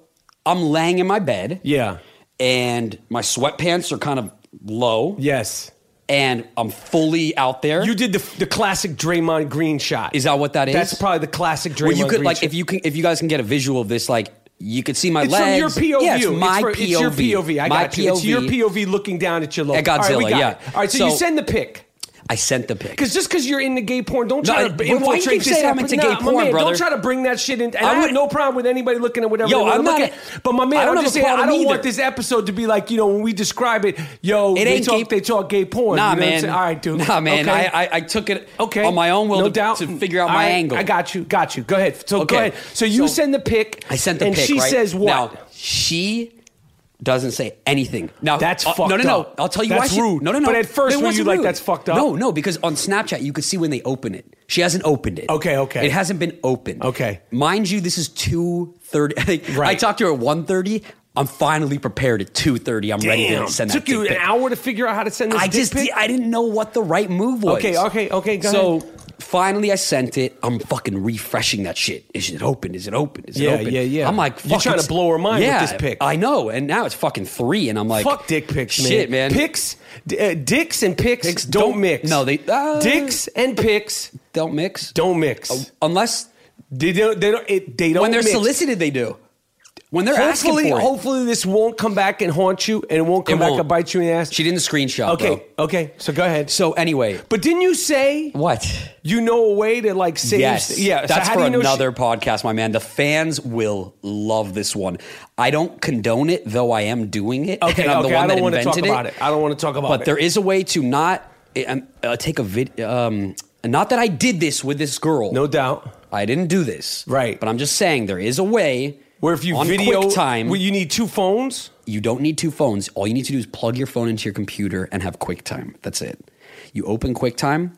E: I'm laying in my bed.
D: Yeah.
E: And my sweatpants are kind of low.
D: Yes.
E: And I'm fully out there.
D: You did the, the classic Draymond Green shot.
E: Is that what that is?
D: That's probably the classic Draymond
E: Well, you could
D: Green
E: like
D: shot.
E: if you can if you guys can get a visual of this, like you could see my
D: it's
E: legs.
D: from your POV.
E: Yeah, it's my
D: for-
E: POV.
D: It's your POV. I
E: my
D: got you. It's your
E: POV.
D: POV looking down at your logo.
E: At Godzilla,
D: All right, we got
E: yeah.
D: it. All right, so, you
E: So-
D: send the pic.
E: I sent the pic.
D: Because just because you're into gay porn, don't
E: No,
D: try
E: I-
D: to b-
E: but why do you
D: infiltrate
E: keep
D: this
E: saying I'm
D: app-
E: into
D: Nah,
E: gay
D: my
E: porn,
D: man,
E: brother?
D: Don't try to bring that shit in. And
E: I
D: I, have
E: would-
D: no problem with anybody looking at whatever.
E: Yo,
D: they wanna
E: I'm
D: look
E: not-
D: At. But my man,
E: I don't
D: I'm
E: have
D: just
E: a
D: saying, I
E: problem
D: don't want
E: either.
D: this episode to be like you know when we describe it. Yo,
E: It
D: they
E: ain't
D: talk.
E: gay-
D: They talk gay porn.
E: Nah,
D: you know what I'm
E: man.
D: saying? All right, dude.
E: Nah, man.
D: Okay.
E: I, I I took it
D: Okay.
E: on my own will
D: no
E: to,
D: doubt.
E: to figure out
D: All
E: my
D: right,
E: angle.
D: I got you. Got you. Go ahead. So
E: Okay.
D: go ahead. So you
E: So-
D: send the pic.
E: I sent the
D: and
E: pic.
D: she
E: right?
D: says what?
E: Now she doesn't say anything. Now
D: That's
E: uh,
D: fucked
E: No, no, no.
D: up.
E: I'll tell you why.
D: That's
E: She,
D: rude.
E: No, no, no.
D: But at first,
E: It
D: were you
E: wasn't
D: like,
E: rude.
D: "That's fucked up"?
E: No, no, because on Snapchat you could see when they open it. She hasn't opened it.
D: Okay, okay.
E: It hasn't been opened.
D: Okay.
E: Mind you, this is two thirty. I
D: Right.
E: talked to her at one thirty. I'm finally prepared at two thirty. I'm ready to send that.
D: Took you
E: dick
D: an
E: pic.
D: hour to figure out how to send this.
E: I
D: dick
E: just
D: pic?
E: di- I didn't know what the right move was.
D: Okay, okay, okay, go
E: so
D: ahead.
E: finally, I sent it. I'm fucking refreshing that shit. Is it open? Is it open? Is
D: Yeah,
E: it open?
D: yeah, yeah.
E: I'm like,
D: You're
E: fuck,
D: trying to
E: it's-
D: blow her mind with
E: yeah,
D: this pic.
E: I know, and now it's fucking three, and I'm like,
D: Fuck dick pics, man.
E: Shit, man.
D: Pics, d- uh, dicks and pics,
E: Pics
D: don't,
E: don't-
D: mix.
E: no, they- uh,
D: dicks and pics
E: don't mix. Oh,
D: don't mix.
E: unless
D: they don't. They don't. It, they don't
E: when they're
D: mix.
E: solicited, they do. When they're
D: hopefully,
E: asking for it.
D: hopefully this won't come back and haunt you, and it won't come
E: It
D: back
E: won't.
D: and bite you in the ass.
E: she didn't screenshot.
D: Okay,
E: bro.
D: okay. So go ahead.
E: So anyway,
D: but didn't you say
E: what?
D: you know a way to like save?
E: Yes.
D: yeah. so
E: That's
D: how do
E: for
D: you know she-
E: another podcast, my man. The fans will love this one. I don't condone it, though I am doing it.
D: Okay,
E: and I'm
D: okay,
E: the one
D: I don't
E: that
D: wanna talk
E: invented
D: about it. I don't wanna talk about
E: but
D: it.
E: But there is a way to not um, uh, take a vid. Um, not that I did this with this girl.
D: no doubt.
E: I didn't do this.
D: Right.
E: But I'm just saying there is a way
D: Where if you
E: on
D: video
E: QuickTime,
D: where you need two phones.
E: you don't need two phones. All you need to do is plug your phone into your computer and have QuickTime. That's it. You open QuickTime.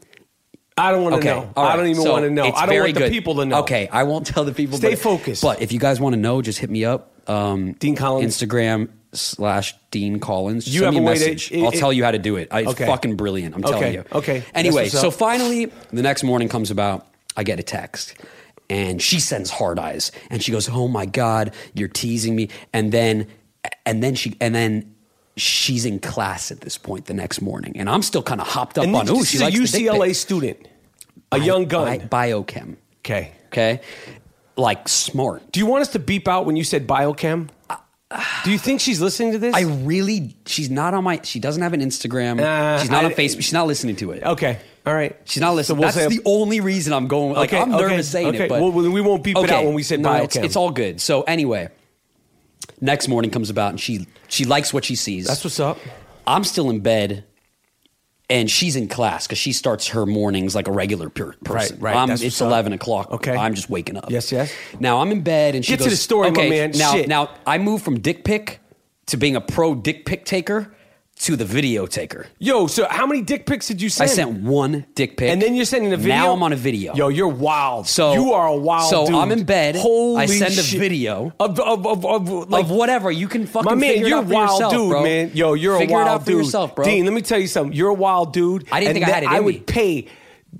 D: I don't want to
E: Okay.
D: know.
E: all
D: I don't
E: right,
D: even
E: so
D: want to know.
E: it's
D: I don't
E: very
D: want the
E: good.
D: people to know.
E: Okay. I won't tell the people.
D: Stay
E: but,
D: focused.
E: But if you guys want to know, just hit me up. Um,
D: Dean Collins.
E: Instagram slash Dean Collins. Just
D: You
E: Send
D: have
E: me
D: a
E: a
D: way to-
E: message.
D: it-
E: I'll
D: it-
E: tell you how to do it. I, it's
D: Okay.
E: fucking brilliant. I'm
D: Okay,
E: telling you.
D: okay. That's
E: Anyway,
D: what's up.
E: so finally, the next morning comes about. I get a text. And she sends hard eyes. And she goes, Oh my God, you're teasing me. And then, and then she, and then, She's in class at this point the next morning, and I'm still kind of hopped up
D: And
E: on.
D: this
E: Ooh,
D: is
E: she
D: a
E: likes the dick pic."
D: UCLA student, a young gun.
E: Bi- biochem.
D: okay.
E: Okay. Like smart.
D: Do you want us to beep out when you said biochem? Do you think she's listening to this?
E: I really, she's not on my, she doesn't have an Instagram.
D: Uh,
E: she's not
D: I-
E: on Facebook. She's not listening to it.
D: okay. All right.
E: She's not listening.
D: we'll
E: That's
D: say-
E: the only reason I'm going. Like
D: Okay,
E: I'm
D: okay,
E: nervous saying
D: okay.
E: it, but
D: Well, we won't beep it out when we say
E: no. It's,
D: biochem.
E: it's all good. So anyway, next morning comes about and she she likes what she sees.
D: That's what's up.
E: I'm still in bed, and she's in class because she starts her mornings like a regular per- person.
D: right,
E: I'm,
D: that's
E: it's
D: what's up.
E: eleven o'clock.
D: Okay.
E: I'm just waking up.
D: Yes, yes.
E: Now I'm in bed, and she
D: Get to
E: goes,
D: the story, my
E: okay,
D: man.
E: Now,
D: Shit."
E: now I move from dick pic to being a pro dick pic taker to the video taker.
D: Yo, so how many dick pics did you send?
E: I sent one dick pic,
D: And then you're sending a video.
E: Now I'm on a video.
D: Yo, you're wild.
E: So-
D: you are a wild.
E: so
D: dude.
E: I'm in bed. I
D: Holy
E: send a
D: shit.
E: video
D: of of of of, like,
E: of whatever you can fucking.
D: My man,
E: figure it
D: you're a
E: out for
D: wild
E: yourself,
D: dude,
E: bro.
D: man. Yo, you're
E: figure
D: a wild
E: it
D: dude.
E: out for yourself, bro.
D: Dean, let me tell you something. You're a wild dude.
E: I didn't
D: and
E: think I
D: that-
E: had it
D: I
E: in
D: would
E: me.
D: pay.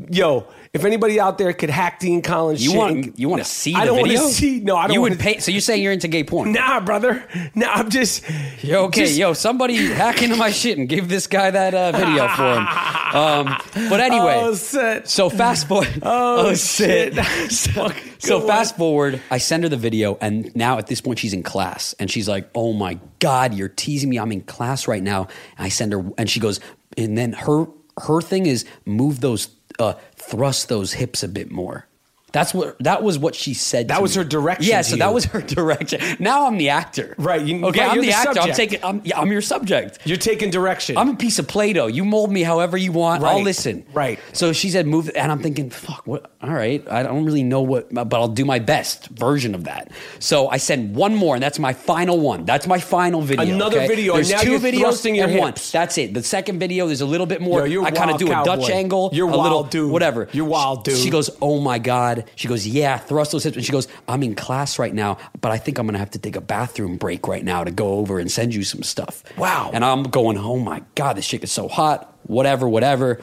D: Yo, if anybody out there could hack Dean Collins,
E: You
D: shit
E: want
D: and-
E: you want to see?
D: I
E: the
D: don't
E: video?
D: want to see. No, I don't.
E: You would
D: wanna-
E: pay. So you're saying you're into gay porn?
D: Nah, brother. Nah, I'm just.
E: Yo, okay,
D: just-
E: yo, somebody hack into my shit and give this guy that uh, video for him. Um, but anyway,
D: Oh, shit.
E: so fast forward.
D: Oh, shit.
E: so
D: Fuck,
E: so
D: good
E: fast
D: one.
E: forward, I send her the video, and now at this point, she's in class, and she's like, "Oh my god, you're teasing me! I'm in class right now." And I send her, and she goes, and then her her thing is move those, uh, thrust those hips a bit more. That's what that was what she said.
D: That
E: to
D: was
E: me.
D: her direction
E: Yeah,
D: to
E: so that
D: you.
E: was her direction. Now I'm the actor.
D: Right, you-
E: okay,
D: right,
E: I'm
D: you're
E: the,
D: the
E: actor. I'm
D: subject.
E: taking. I'm, yeah, I'm your subject.
D: You're taking direction.
E: I'm a piece of Play-Doh. You mold me however you want. I'll
D: Right,
E: listen.
D: right.
E: So she said, "Move," and I'm thinking, "Fuck, what? All right, I don't really know what, but I'll do my best version of that." So I send one more, and that's my final one. That's my final video.
D: Another
E: okay?
D: video, and
E: There's
D: now
E: two
D: you're
E: videos
D: thrusting your
E: and one.
D: hips.
E: That's it. The second video, there's a little bit more.
D: Yo, you're
E: I kind
D: wild
E: of do a Dutch
D: cowboy.
E: angle.
D: You're
E: a
D: wild,
E: little,
D: dude.
E: Whatever.
D: You're wild,
E: She,
D: dude.
E: she goes, "Oh my god." She goes, "Yeah, thrust those hips," and she goes, "I'm in class right now, but I think I'm gonna have to take a bathroom break right now to go over and send you some stuff."
D: Wow.
E: And I'm going, oh my God, this chick is so hot. Whatever, whatever.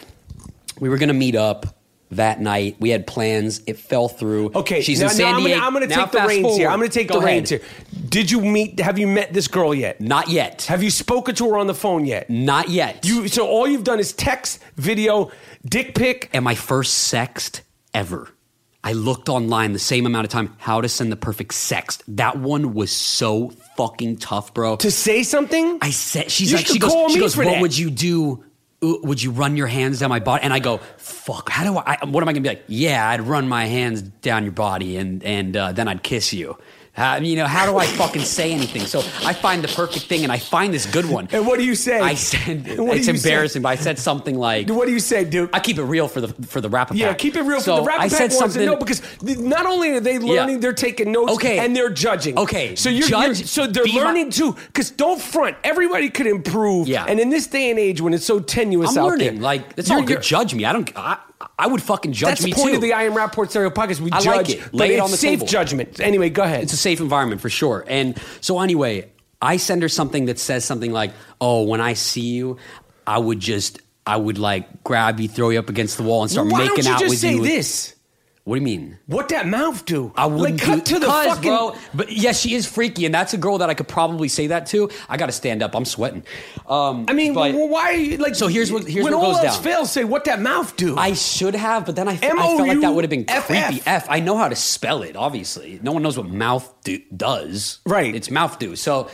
E: We were going to meet up that night. We had plans. It fell through.
D: Okay,
E: She's
D: now,
E: in San
D: now I'm gonna-
E: Diego.
D: I'm going to
E: Now
D: take the
E: fast
D: reins here.
E: forward.
D: I'm going to take
E: Go
D: the
E: ahead.
D: reins here. Did you meet? Have you met this girl yet?
E: Not yet.
D: Have you spoken to her on the phone yet?
E: Not yet.
D: You. So all you've done is text, video, dick pic.
E: and my first sext ever. I looked online the same amount of time how to send the perfect sext. That one was so fucking tough, bro.
D: To say something?
E: I said, she's
D: You
E: like,
D: should
E: she goes,
D: call
E: she
D: me
E: goes,
D: for
E: what
D: that."
E: would you do? Uh, Would you run your hands down my body? And I go, fuck, how do I, I- what am I gonna be like? Yeah, I'd run my hands down your body and, and uh, then I'd kiss you. Uh, you know, how do I fucking say anything? So I find the perfect thing and I find this good one.
D: And what do you say?
E: I said,
D: And what do
E: it's
D: you say?
E: embarrassing, but I said something like,
D: What do you say, dude?
E: I keep it real for the for the rap.
D: yeah, keep it real.
E: So
D: the rapper
E: I said
D: pack wants
E: something.
D: to know because th- not only are they learning, they're taking notes,
E: Okay.
D: and they're judging.
E: Okay,
D: so you're,
E: judge,
D: you're- so they're
E: be my-
D: learning too. Because don't front. Everybody could improve.
E: Yeah.
D: and in this day and age when it's so tenuous
E: I'm
D: out
E: learning.
D: there,
E: Like it's
D: you're-
E: all good.
D: you're-
E: Judge me. I don't. I, I would fucking judge
D: That's
E: me
D: the point
E: too.
D: of the I Am Rapport Stereo podcast. We
E: I
D: judge,
E: like it.
D: but
E: Lay it
D: it's
E: on the
D: safe
E: table.
D: judgment. Anyway, go ahead.
E: it's a safe environment for sure. And so anyway, I send her something that says something like, "Oh, when I see you, I would just, I would like grab you, throw you up against the wall, and start
D: Why
E: making
D: don't you
E: out
D: just
E: with
D: say
E: you."
D: this?
E: What do you mean?
D: What that mouth do?
E: I
D: like,
E: wouldn't
D: cut
E: do,
D: to the
E: cuz,
D: fucking.
E: bro. But yeah, she is freaky, and that's a girl that I could probably say that to. I got to stand up. I'm sweating. Um,
D: I mean,
E: but
D: well, why are you like?
E: So here's what- here's
D: when
E: what
D: all
E: goes
D: else
E: down.
D: fails, say what that mouth do.
E: I should have, but then I, f- I felt like that would have been creepy.
D: M-O-U-F-F.
E: F. I know how to spell it. Obviously, no one knows what mouth do, does.
D: Right.
E: It's mouth do. So,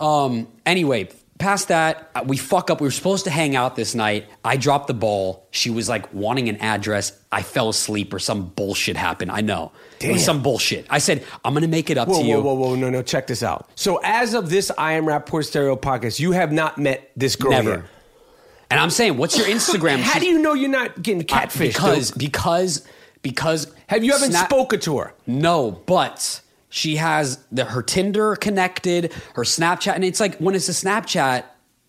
E: um, anyway, past that, uh, we fuck up. We were supposed to hang out this night. I dropped the ball. She was like wanting an address. I fell asleep or some bullshit happened. I know. It was
D: Damn.
E: some bullshit. I said I'm gonna make it up
D: Whoa,
E: to you.
D: whoa, whoa, whoa! No, no, check this out. So, as of this, I am Rapport Stereo podcast. You have not met this girl
E: Never.
D: yet.
E: And I'm saying, what's your Instagram?
D: How
E: She's-
D: do you know you're not getting
E: I-
D: catfish?
E: because because because
D: have you haven't
E: Snap-
D: spoken to her?
E: No, but she has the, her Tinder connected, her Snapchat, and it's like when it's a Snapchat,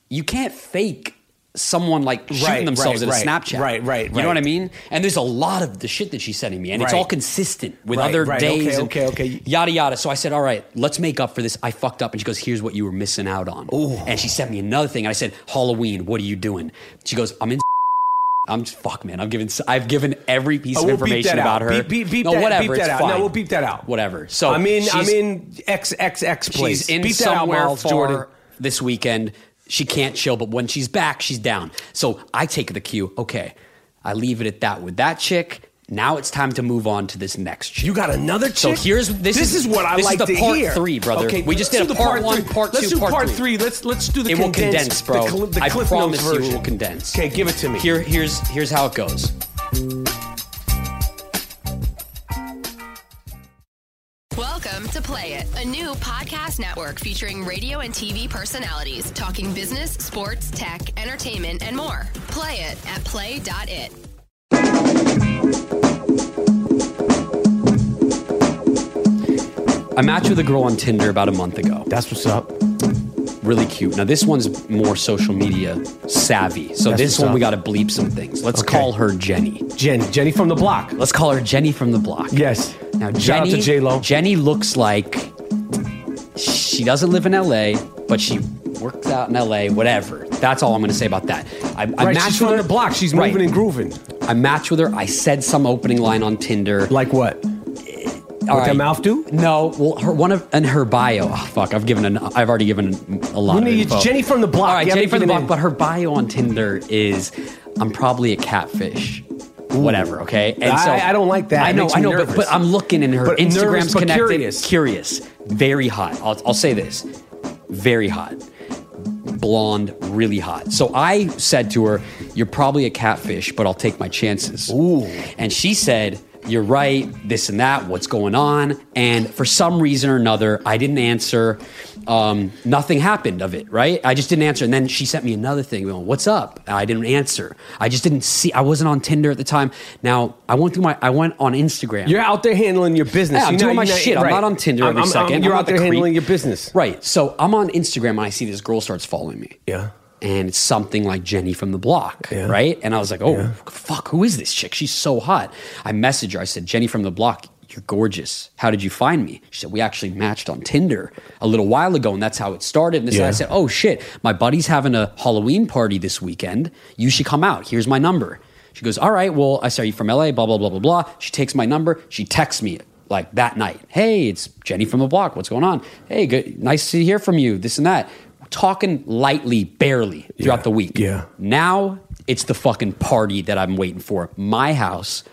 E: you can't fake someone like shooting
D: Right,
E: themselves
D: right,
E: in a
D: right,
E: Snapchat.
D: right, right,
E: You know what I
D: right.
E: mean? And there's a lot of the shit that she's sending me, and it's
D: Right.
E: all consistent with
D: Right,
E: other
D: right,
E: days.
D: okay,
E: and
D: okay, okay.
E: Yada yada. So I said, all right, let's make up for this. I fucked up, and she goes, here's what you were missing out on. And she sent me another thing, and I said, Halloween, what are you doing? She goes, I'm in. I'm just, fuck, man. I've given I've given every piece
D: Oh,
E: of
D: we'll beep
E: information
D: that out.
E: about her.
D: Beep- beep- beep
E: no,
D: that-
E: whatever.
D: beep
E: it's
D: that out.
E: fine.
D: No, we'll beep that out.
E: Whatever. So
D: I'm in. I'm
E: she's-
D: in XXX place.
E: She's in
D: beep that out,
E: somewhere
D: Miles
E: far
D: Jordan.
E: this weekend. She can't chill, but when she's back, she's down. So I take the cue. Okay, I leave it at that with that chick. Now it's time to move on to this next chick.
D: You got another chick.
E: So here's this,
D: this is, what I
E: this
D: like
E: is the
D: to
E: part
D: hear.
E: three, brother. we
D: let's
E: just did
D: do
E: a
D: the
E: part, one,
D: three.
E: part
D: let's
E: two,
D: do
E: part,
D: three. Let's let's do the
E: it will condense,
D: condensed-
E: bro.
D: The, cl- the
E: I
D: Cliff
E: promise
D: Notes
E: you,
D: version.
E: it will condense.
D: Okay, give it to me.
E: Here, here's here's how it goes.
F: Welcome to Play It, a new podcast network featuring radio and TV personalities talking business, sports, tech, entertainment, and more. Play it at play.it.
E: I matched with a girl on Tinder about a month ago.
D: That's what's up.
E: really cute. Now this one's more social media savvy. So
D: That's
E: this
D: what's
E: one
D: up.
E: we got to bleep some things. Let's
D: Okay.
E: call her Jenny.
D: Jen, Jenny from the block.
E: Let's call her Jenny from the block.
D: Yes.
E: Now Jenny,
D: Shout out to J-Lo.
E: Jenny looks like she doesn't live in LA, but she works out in LA. Whatever. That's all I'm going to say about that. I, I
D: Right,
E: matched
D: she's
E: with
D: from
E: her
D: the block. She's
E: Right.
D: moving and grooving.
E: I matched with her. I said some opening line on Tinder.
D: Like what?
E: All
D: What
E: right.
D: that mouth do?
E: No, well, her one of and her bio. Oh, fuck, I've given an, I've already given a lot.
D: We
E: of
D: need
E: info.
D: Jenny from the block.
E: All right,
D: You
E: Jenny
D: haven't
E: from the
D: given
E: block.
D: in.
E: But her bio on Tinder is, I'm probably a catfish. Whatever. Okay. And
D: I- I don't like that.
E: I
D: It
E: know.
D: makes
E: I
D: me
E: know. But,
D: nervous.
E: but I'm looking in her
D: But nervous,
E: Instagram's
D: but
E: connected.
D: curious.
E: Curious. Very hot. I'll, I'll say this. Very hot. Blonde, really hot. So I said to her, You're probably a catfish, but I'll take my chances. Ooh. And she said, you're right, this and that, what's going on. And for some reason or another, I didn't answer. Um, nothing happened of it, right? I just didn't answer. And then she sent me another thing going, What's up? I didn't answer. I just didn't see, I wasn't on Tinder at the time. Now, I went through my, I went on Instagram.
D: You're out there handling your business.
E: Yeah, I'm
D: You know,
E: doing my
D: you're not-
E: shit. I'm
D: right.
E: not on Tinder
D: I'm-
E: every
D: I'm-
E: 2nd
D: I'm- You're out there handling your business.
E: Right. So I'm on Instagram and I see this girl starts following me.
D: Yeah.
E: And it's something like Jenny from the block,
D: Yeah.
E: right? And I was like, oh, fuck, who is this chick? She's so hot. I messaged her. I said, Jenny from the block, you're gorgeous. How did you find me? She said, we actually matched on Tinder a little while ago, and that's how it started. And this and I
D: Yeah.
E: said, oh, shit, my buddy's having a Halloween party this weekend. You should come out. Here's my number. She goes, all right, well, I saw you from LA, blah, blah, blah, blah, blah. She takes my number. She texts me like that night. Hey, it's Jenny from the block. What's going on? Hey, good, nice to hear from you, this and that. Talking lightly, barely throughout
D: Yeah.
E: the week.
D: Yeah.
E: Now it's the fucking party that I'm waiting for. My house,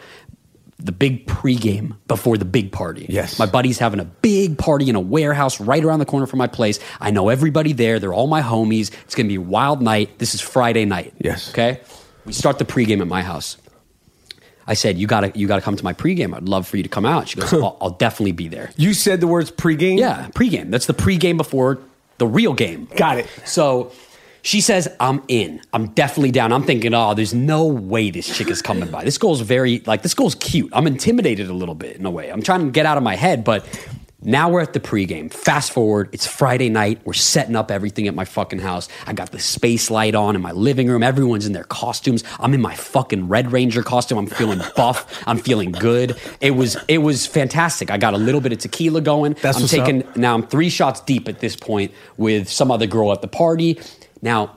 E: the big pregame before the big party.
D: Yes.
E: My buddy's having a big party in a warehouse right around the corner from my place. I know everybody there. They're all my homies. It's going to be a wild night. This is Friday night.
D: Yes.
E: Okay. We start the pregame at my house. I said, "You gotta, you gotta come to my pregame. I'd love for you to come out." She goes, "I'll, I'll definitely be there."
D: You said the words pregame.
E: Yeah, pregame. That's the pregame before the real game.
D: Got it.
E: So she says, I'm in. I'm definitely down. I'm thinking, oh, there's no way this chick is coming by. This girl's very, like, this girl's cute. I'm intimidated a little bit in a way. I'm trying to get out of my head, but now we're at the pregame. Fast forward, it's Friday night. We're setting up everything at my fucking house. I got the space light on in my living room. Everyone's in their costumes. I'm in my fucking Red Ranger costume. I'm feeling buff. I'm feeling good. It was it was fantastic. I got a little bit of tequila going.
D: That's
E: I'm
D: what's
E: taking
D: up.
E: now I'm three shots deep at this point with some other girl at the party. Now,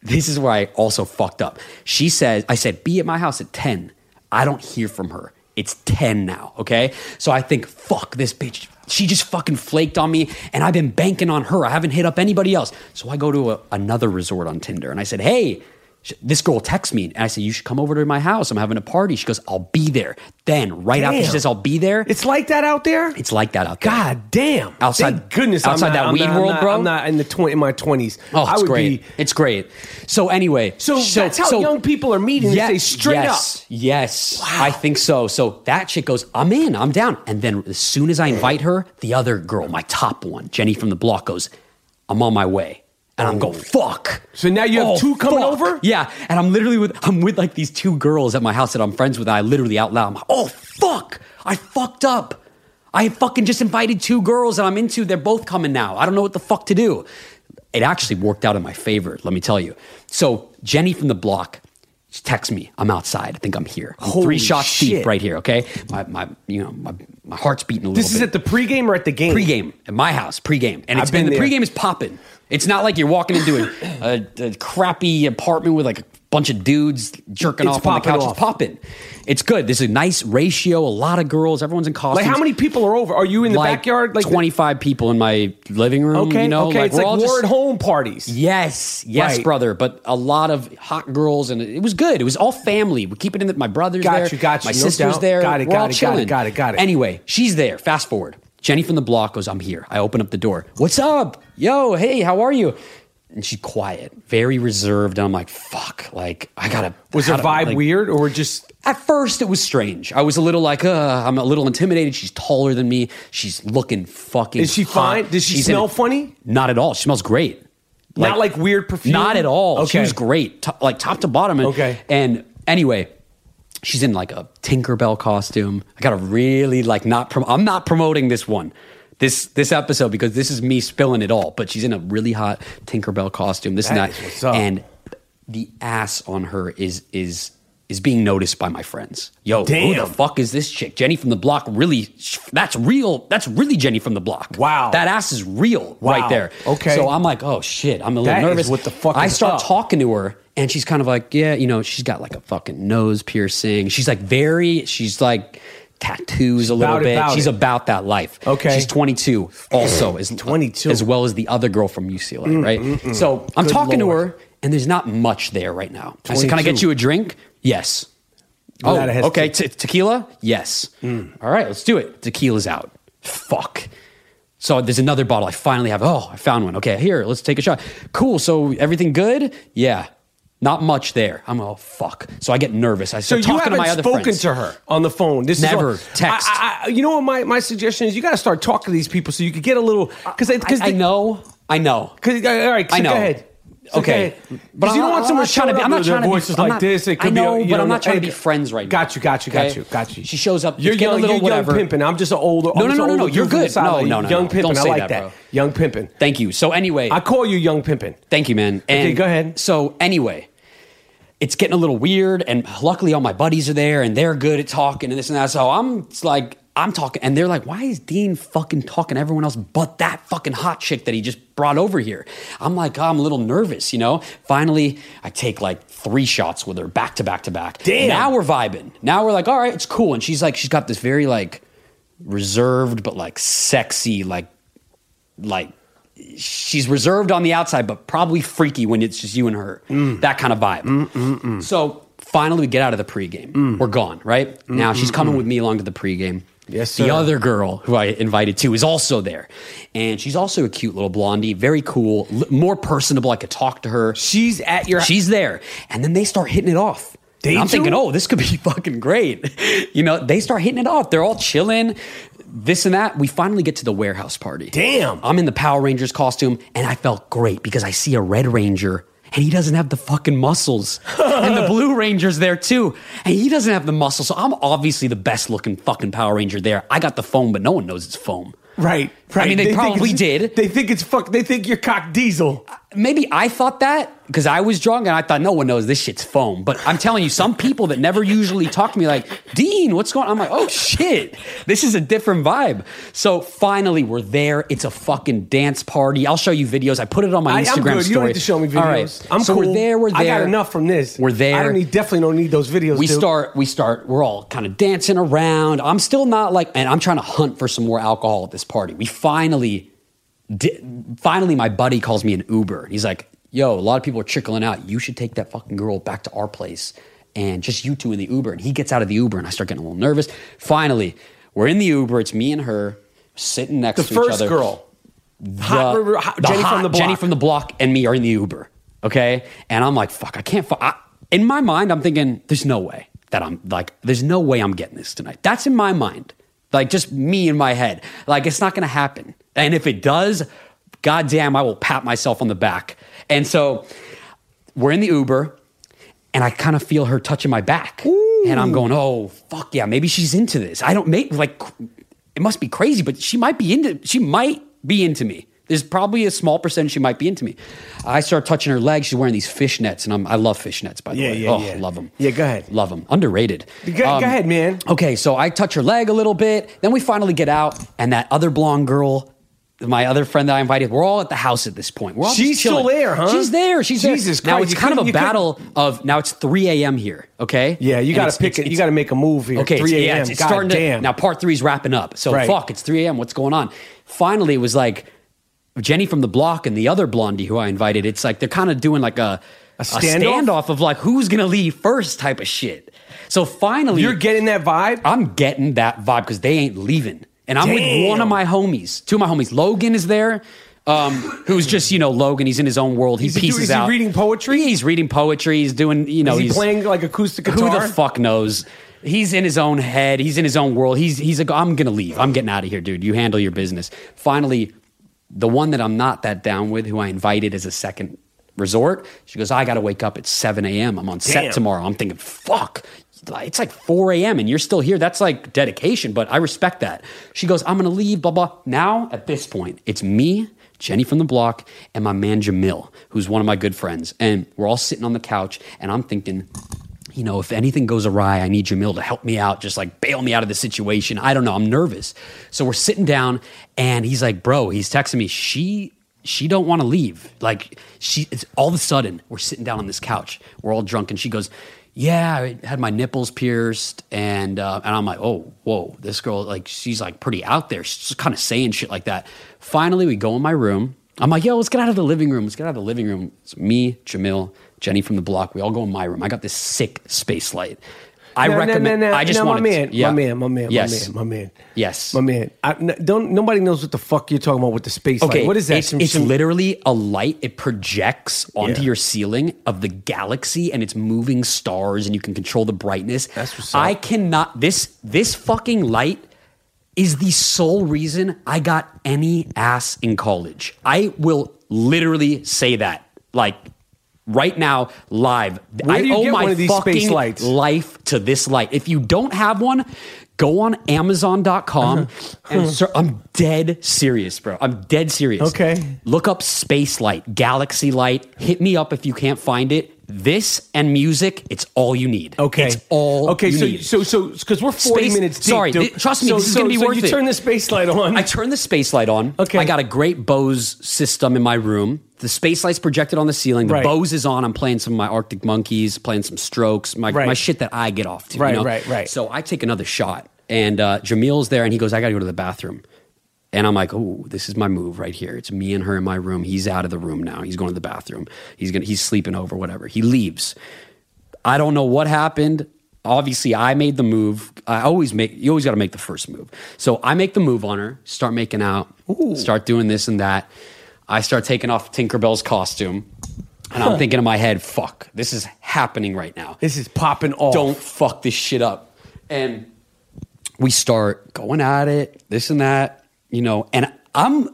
E: this is where I also fucked up. She says, I said, be at my house at 10. I don't hear from her. It's 10 now, okay? So I think, fuck this bitch. She just fucking flaked on me and I've been banking on her. I haven't hit up anybody else. So I go to a, another resort on Tinder and I said, hey, sh- this girl texts me and I said, you should come over to my house. I'm having a party. She goes, I'll be there. Then, right after she
D: Damn.
E: says, I'll be there,
D: It's like that out there.
E: it's like that out there.
D: God damn!
E: Outside-
D: Thank goodness, I'm
E: outside
D: not-
E: that
D: I'm
E: weed
D: not- I'm
E: world,
D: not-
E: bro?
D: I'm not in the twenty in my twenties.
E: Oh, it's
D: I would
E: great.
D: be.
E: it's great. So anyway,
D: So that's how young people are meeting. They say straight up.
E: yes, Yes, I think so. So that chick goes, I'm in, I'm down. And then as soon as I invite her, the other girl, my top one, Jenny from the block, goes, I'm on my way. And I'm going, fuck. Oh,
D: So now you have two coming over?
E: Yeah. And I'm literally with I'm with like these two girls at my house that I'm friends with. And I literally out loud, I'm like, oh fuck. I fucked up. I fucking just invited two girls that I'm into. They're both coming now. I don't know what the fuck to do. It actually worked out in my favor, let me tell you. So Jenny from the block she texts me. I'm outside. I think I'm here. I'm
D: Holy
E: three shots
D: shit.
E: deep right here, okay? My my you know, my, my heart's beating a little
D: This
E: bit
D: is at the pregame or at the game?
E: pregame at my house, pregame, and it's
D: I've
E: been,
D: been
E: the
D: there.
E: pregame is popping. It's not like you're walking into a, a, a crappy apartment with like a bunch of dudes jerking
D: It's
E: off on the
D: popping
E: couch.
D: off.
E: It's popping. It's good. There's a nice ratio. A lot of girls. Everyone's in costumes.
D: Like how many people are over? Are you in the
E: Like,
D: backyard? Like the-
E: 25 people in my living room.
D: okay,
E: you know,
D: okay. it's
E: we're
D: like
E: all
D: war
E: just-
D: at home parties.
E: Yes, yes,
D: Right.
E: brother. But a lot of hot girls, and it was good. It was all family. We keep it in that. My brother's
D: Got
E: there.
D: you, got you.
E: My
D: No
E: sister's
D: doubt.
E: there.
D: Got it,
E: We're
D: got
E: all
D: it, got it,
E: chilling.
D: got it, got it.
E: Anyway, she's there. Fast forward. Jenny from the block goes, "I'm here." I open up the door. What's up? Yo, hey, how are you? And she's quiet, very reserved, and I'm like, "Fuck!" Like I gotta.
D: Was her
E: how do-
D: vibe
E: like-
D: weird or just?
E: at first, it was strange. I was a little like, uh, I'm a little intimidated. She's taller than me. She's looking fucking.
D: Is she
E: hot.
D: fine? Does she
E: in
D: smell
E: a-
D: funny?
E: Not at all. She smells great.
D: Not like weird perfume?
E: Not at all. She
D: Okay.
E: was great, to- like top to bottom. And,
D: Okay.
E: And anyway, she's in like a Tinkerbell costume. I gotta really like not. Prom- I'm not promoting this one. This, this episode because this is me spilling it all, but she's in a really hot Tinkerbell costume. This
D: That
E: and that,
D: is what's up.
E: and the ass on her is is is being noticed by my friends. Yo, who the
D: Damn.
E: fuck is this chick? Jenny from the block really that's real. That's really Jenny from the block.
D: Wow.
E: That ass is real
D: Wow.
E: right there.
D: Okay.
E: So I'm like, "Oh shit, I'm a little
D: That is
E: nervous."
D: what the fuck
E: I
D: is
E: start
D: up.
E: talking to her and she's kind of like, "Yeah, you know, she's got like a fucking nose piercing. She's like very she's like tattoos a little
D: about it,
E: bit.
D: about
E: she's
D: it.
E: about that life.
D: Okay.
E: She's 22 also as
D: 22.
E: as well as the other girl from UCLA, right? So, I'm
D: Good
E: talking
D: Lord.
E: to her and there's not much there right now. I said, "Can I get
D: 22.
E: you a drink?" Yes.
D: Well,
E: Oh,
D: that has
E: okay.
D: to-
E: Te- tequila? Yes.
D: Hmm.
E: All right, let's do it. Tequila's out. Fuck. So there's another bottle. I finally have. Oh, I found one. Okay, here, let's take a shot. Cool. So everything good? Yeah. Not much there. I'm oh fuck. So I get nervous. I
D: So
E: start
D: you
E: talking
D: haven't
E: to my other
D: spoken
E: friends.
D: to her on the phone. This
E: Never.
D: is what,
E: Text.
D: I, I, you know what my, my suggestion is? You got to start talking to these people so you could get a little because because
E: I, I know. I know.
D: Cause, all right, so
E: I know.
D: Go ahead. So
E: Okay.
D: go ahead.
E: But
D: 'Cause you don't
E: I'm not-
D: want
E: I'm
D: someone
E: not trying to
D: showing
E: be- I'm
D: up
E: not
D: with
E: trying
D: their
E: to be-
D: voices
E: I'm
D: like
E: not-
D: this. It
E: I
D: could
E: know,
D: be, a- you
E: but I'm not trying to
D: hey,
E: be friends right
D: Got
E: now.
D: you, got you, got
E: Okay?
D: you, got you.
E: She shows up,
D: You're
E: getting a
D: young,
E: little
D: you're young
E: whatever.
D: pimping. I'm just an older.
E: No,
D: I'm
E: no,
D: just
E: no,
D: an
E: no, no.
D: older
E: You're
D: dude from
E: good.
D: the sideline.
E: No, no, no,
D: Young
E: no.
D: pimping.
E: Don't say
D: I like
E: that,
D: that.
E: bro.
D: Young pimping.
E: Thank you. So anyway,
D: I call you young pimping.
E: Thank you, man. And
D: go ahead.
E: So anyway, it's getting a little weird, and luckily all my buddies are there, and they're good at talking and this and that. So I'm it's like, I'm talking, and they're like, "Why is Dean fucking talking to everyone else but that fucking hot chick that he just brought over here?" I'm like, oh, I'm a little nervous, you know. Finally, I take like three shots with her, back to back to back.
D: Damn.
E: Now we're vibing. Now we're like, all right, it's cool. And she's like, she's got this very like reserved but like sexy, like like she's reserved on the outside, but probably freaky when it's just you and her.
D: Mm.
E: That kind of vibe. So finally, we get out of the pregame.
D: Mm.
E: We're gone, right? now she's coming with me along to the pregame.
D: Yes,
E: The
D: sir.
E: other girl who I invited to is also there. And she's also a cute little blondie, very cool, l- more personable. I could talk to her.
D: She's at your.
E: She's there. And then they start hitting it off.
D: They
E: And I'm
D: do?
E: thinking, oh, this could be fucking great. You know, they start hitting it off. They're all chilling, this and that. We finally get to the warehouse party.
D: Damn.
E: I'm in the Power Rangers costume, and I felt great because I see a Red Ranger. And he doesn't have the fucking muscles. and the Blue Ranger's there too. And he doesn't have the muscles. So I'm obviously the best looking fucking Power Ranger there. I got the foam, but no one knows it's foam.
D: Right, right.
E: I mean, they,
D: think
E: probably
D: it's-
E: did
D: They think it's fuck. They think you're cock diesel.
E: maybe I thought that because I was drunk and I thought no one knows this shit's foam. But I'm telling you, some people that never usually talk to me like, Dean, what's going on? I'm like, oh shit, this is a different vibe. So finally we're there. It's a fucking dance party. I'll show you videos. I put it on my
D: I,
E: Instagram
D: am good.
E: story.
D: You don't need to show me videos.
E: All right.
D: I'm
E: so
D: cool.
E: we're there, we're there.
D: I got enough from this.
E: We're there
D: I don't need, definitely don't need those videos.
E: we
D: dude.
E: start we start we're all kind of dancing around i'm still not like and i'm trying to hunt for some more alcohol at this party we finally di- finally my buddy calls me an uber he's like yo a lot of people are trickling out you should take that fucking girl back to our place and just you two in the uber and he gets out of the uber and i start getting a little nervous finally we're in the uber it's me and her sitting next
D: the
E: to each
D: first
E: other
D: girl.
E: the-
D: Hot- hot-
E: the
D: Jenny from
E: hot
D: the block.
E: Jenny from the block and me are in the Uber. Okay. And I'm like, fuck, I can't. Fu- I, in my mind, I'm thinking, there's no way that I'm like, there's no way I'm getting this tonight. That's in my mind. Like, just me in my head. Like, it's not going to happen. And if it does, goddamn, I will pat myself on the back. And so we're in the Uber and I kind of feel her touching my back. And I'm going, oh, fuck yeah, maybe she's into this. I don't make, like, it must be crazy, but she might be into, she might be into me. There's probably a small percentage she might be into me. I start touching her legs. She's wearing these fishnets, and I'm, I love fishnets, by the
D: Yeah,
E: way.
D: yeah,
E: oh,
D: yeah.
E: love them.
D: Yeah, go ahead.
E: Love them. Underrated. Um,
D: Go- go ahead, man.
E: Okay, so I touch her leg a little bit. Then we finally get out, and that other blonde girl, my other friend that I invited, we're all at the house at this point. We're all just
D: She's still
E: chilling.
D: there, huh?
E: She's there. She's there.
D: Jesus
E: Now
D: Christ,
E: it's
D: you
E: kind of
D: couldn't-
E: a
D: you couldn't-
E: battle of now it's 3 a.m. here. Okay.
D: Yeah, you
E: And
D: got
E: it's-
D: to pick
E: it's-
D: it. You
E: it's-
D: got to make a move here.
E: Okay, it's-
D: 3
E: yeah,
D: a.m.
E: it's, it's
D: God
E: starting to
D: damn.
E: now. Part three's wrapping up, so
D: Right.
E: fuck, it's 3 a.m. What's going on? Finally, it was like Jenny from the block and the other blondie who I invited. It's like they're kind of doing like a a
D: standoff?
E: standoff of like who's gonna leave first type of shit. So finally,
D: You're getting that vibe.
E: I'm getting that vibe because they ain't leaving. And I'm
D: Damn.
E: with one of my homies, two of my homies. Logan is there, um, who's just, you know, Logan. He's in his own world. He
D: Is he do-
E: pieces
D: is he
E: out.
D: reading poetry?
E: Yeah, he's reading poetry. He's doing, you know,
D: Is he
E: he's
D: playing like acoustic
E: Who
D: guitar?
E: the fuck knows? He's in his own head. He's in his own world. He's he's like, I'm gonna leave. I'm getting out of here, dude. You handle your business. Finally, the one that I'm not that down with, who I invited as a second resort, she goes, I gotta wake up at 7 a.m. I'm on
D: Damn.
E: set tomorrow. I'm thinking, fuck. It's like 4 a.m. and you're still here. That's like dedication, but I respect that. She goes, I'm gonna leave, blah, blah. Now, at this point, it's me, Jenny from the block, and my man Jamil, who's one of my good friends. And we're all sitting on the couch, and I'm thinking, you know, if anything goes awry, I need Jamil to help me out, just like bail me out of the situation. I don't know. I'm nervous. So we're sitting down and he's like, bro, he's texting me. She she don't want to leave. Like she it's all of a sudden we're sitting down on this couch. We're all drunk and she goes, yeah, I had my nipples pierced, and uh, and I'm like, oh, whoa, this girl, like, she's like pretty out there. She's kind of saying shit like that. Finally, we go in my room. I'm like, yo, let's get out of the living room. Let's get out of the living room. It's me, Jamil, Jenny from the block. We all go in my room. I got this sick space light. I
D: No, no,
E: recommend.
D: no, no,
E: I just
D: no,
E: want
D: my
E: it to-
D: man,
E: yeah.
D: my man, my man,
E: Yes.
D: my man, my man.
E: Yes.
D: my man. I, n- don't nobody knows what the fuck you're talking about with the space. light.
E: Okay,
D: what is that?
E: It's,
D: Some-
E: it's
D: some-
E: literally a light. It projects onto
D: Yeah.
E: your ceiling of the galaxy, and it's moving stars, and you can control the brightness.
D: That's what's up.
E: I cannot. This this fucking light is the sole reason I got any ass in college. I will literally say that, like right now, live.
D: Where
E: I
D: do you
E: owe
D: get
E: my
D: one of these
E: fucking
D: space lights?
E: life to this light. If you don't have one, go on Amazon.com
D: Uh-huh.
E: and ser- I'm dead serious, bro. I'm dead serious.
D: Okay.
E: Look up space light, galaxy light. Hit me up if you can't find it. This and music, it's all you need.
D: Okay.
E: It's all
D: Okay,
E: you
D: so
E: need.
D: so so because we're forty
E: Space-
D: minutes deep.
E: sorry,
D: dude.
E: thi- trust me,
D: So-
E: this is
D: so-
E: gonna be
D: so
E: worth
D: you
E: it.
D: turn the space light on.
E: I turned the space light on.
D: Okay.
E: I got a great Bose system in my room. The space light's projected on the ceiling. The
D: Right.
E: Bose is on. I'm playing some of my Arctic Monkeys, playing some strokes, my,
D: Right.
E: my shit that I get off to.
D: Right,
E: you know?
D: right, right.
E: So I take another shot, and uh, Jamil's there, and he goes, I got to go to the bathroom. And I'm like, oh, this is my move right here. It's me and her in my room. He's out of the room now. He's going to the bathroom. He's gonna he's sleeping over, whatever. He leaves. I don't know what happened. Obviously, I made the move. I always make you always got to make the first move. So I make the move on her, start making out, start doing this and that. I start taking off Tinkerbell's costume. And I'm thinking in my head, fuck, this is happening right now.
D: this is popping off.
E: Don't fuck this shit up. And we start going at it, this and that, you know. And I'm,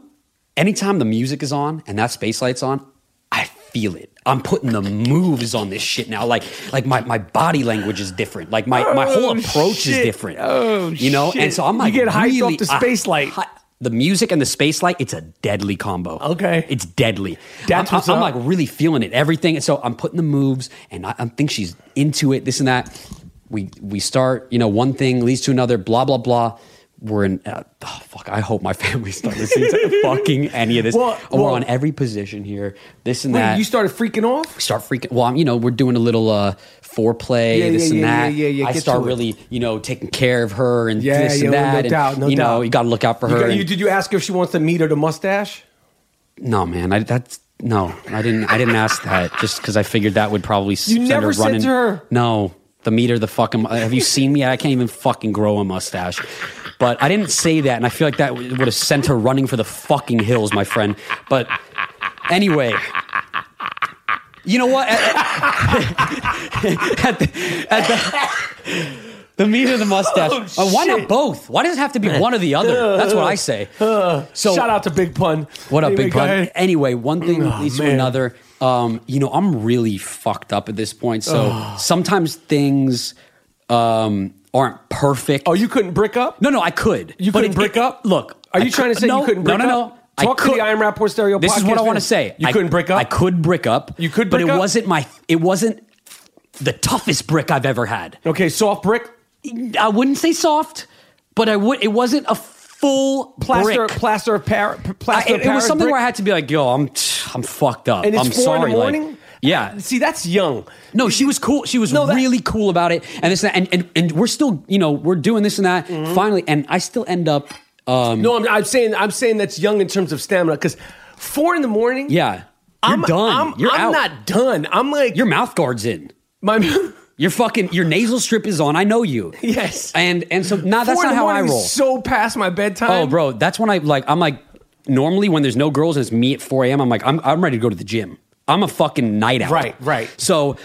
E: anytime the music is on and that space light's on, I feel it. I'm putting the moves on this shit now. Like, like my, my body language is different. Like my, my whole
D: Oh,
E: approach is
D: shit.
E: different.
D: Oh,
E: you know.
D: shit.
E: And so I'm
D: You
E: like,
D: get hyped
E: really,
D: off the
E: I-
D: space light.
E: hi- the music and the space light, it's a deadly combo.
D: Okay.
E: It's deadly.
D: That's
E: I'm,
D: what's
E: I'm
D: up.
E: like really feeling it, everything. And so I'm putting the moves, and I, I think she's into it, this and that. We we start, you know, one thing leads to another, blah blah blah. We're in. Uh, oh, fuck, I hope my family's not listening to fucking any of this.
D: Well,
E: Oh, we're
D: well-
E: on every position here, this and
D: Wait,
E: that.
D: you started freaking off.
E: start freaking. Well, I'm, you know, we're doing a little uh, foreplay,
D: Yeah,
E: this
D: yeah,
E: and
D: yeah,
E: that.
D: yeah, yeah, yeah,
E: I
D: get
E: start
D: to it.
E: really, you know, taking care of her and
D: Yeah,
E: this
D: yeah, no
E: and that. and,
D: doubt, no
E: you know,
D: doubt.
E: you got to look out for
D: You
E: her.
D: got-
E: and-
D: you- did you ask her if she wants to meet or the mustache?
E: no, man, I, that's no. I didn't. I didn't ask that just because I figured that would probably.
D: You
E: send
D: never
E: her
D: said
E: running.
D: to her?
E: No, the meter, the fucking. Have you seen me? I can't even fucking grow a mustache. But I didn't say that, and I feel like that would have sent her running for the fucking hills, my friend. But anyway. You know what? At, at the, at the- the meat of the mustache.
D: Oh,
E: Uh, why not both? Why does it have to be one or the other? That's what I say. Uh,
D: Uh,
E: So
D: Shout out to Big Pun.
E: what up,
D: Anyway,
E: big
D: go
E: bud?
D: ahead.
E: Anyway, one thing
D: Oh,
E: leads to
D: man.
E: another. Um, you know, I'm really fucked up at this point. So
D: Oh.
E: sometimes things um, aren't perfect.
D: Oh, you couldn't brick up?
E: no, no, I could.
D: You
E: but
D: couldn't
E: it-
D: brick
E: it-
D: up?
E: Look,
D: Are
E: I
D: you trying to say you
E: no,
D: couldn't brick
E: no, no,
D: up?
E: No, I
D: Talk to the
E: could-
D: Iron Rapport Stereo
E: This is
D: podcast
E: what I want to
D: fans.
E: say.
D: You
E: I-
D: couldn't brick up?
E: I could brick up.
D: You could
E: but
D: brick
E: it
D: up?
E: wasn't my. It wasn't the toughest brick I've ever had.
D: Okay, soft brick,
E: I wouldn't say soft, but I would. It wasn't a full
D: plaster,
E: brick.
D: plaster of par-
E: I-
D: plaster. of
E: it, it was
D: Paris
E: something
D: brick.
E: where I had to be like, "Yo, I'm, I'm fucked up.
D: And it's
E: I'm
D: four
E: sorry."
D: in the
E: like-
D: morning.
E: yeah,
D: See, that's young.
E: No, she was cool. She was
D: No, that-
E: really cool about it, and this and that. and and, and we're still, you know, we're doing this and that.
D: Mm-hmm.
E: Finally, and I still end up, um,
D: No, I'm, I'm saying I'm saying that's young in terms of stamina because four in the morning.
E: yeah, you're
D: I'm
E: done.
D: I'm,
E: you're
D: I'm
E: out.
D: not done. I'm like
E: Your mouth guard's in.
D: my.
E: Your fucking your nasal strip is on. I know you.
D: Yes.
E: and and so nah, that's
D: four in
E: not
D: the
E: how I
D: morning is
E: roll.
D: So past my bedtime.
E: oh, bro, that's when I like. I'm like normally when there's no girls and it's me at 4 a.m. I'm like I'm I'm ready to go to the gym. I'm a fucking night out.
D: Right, right.
E: So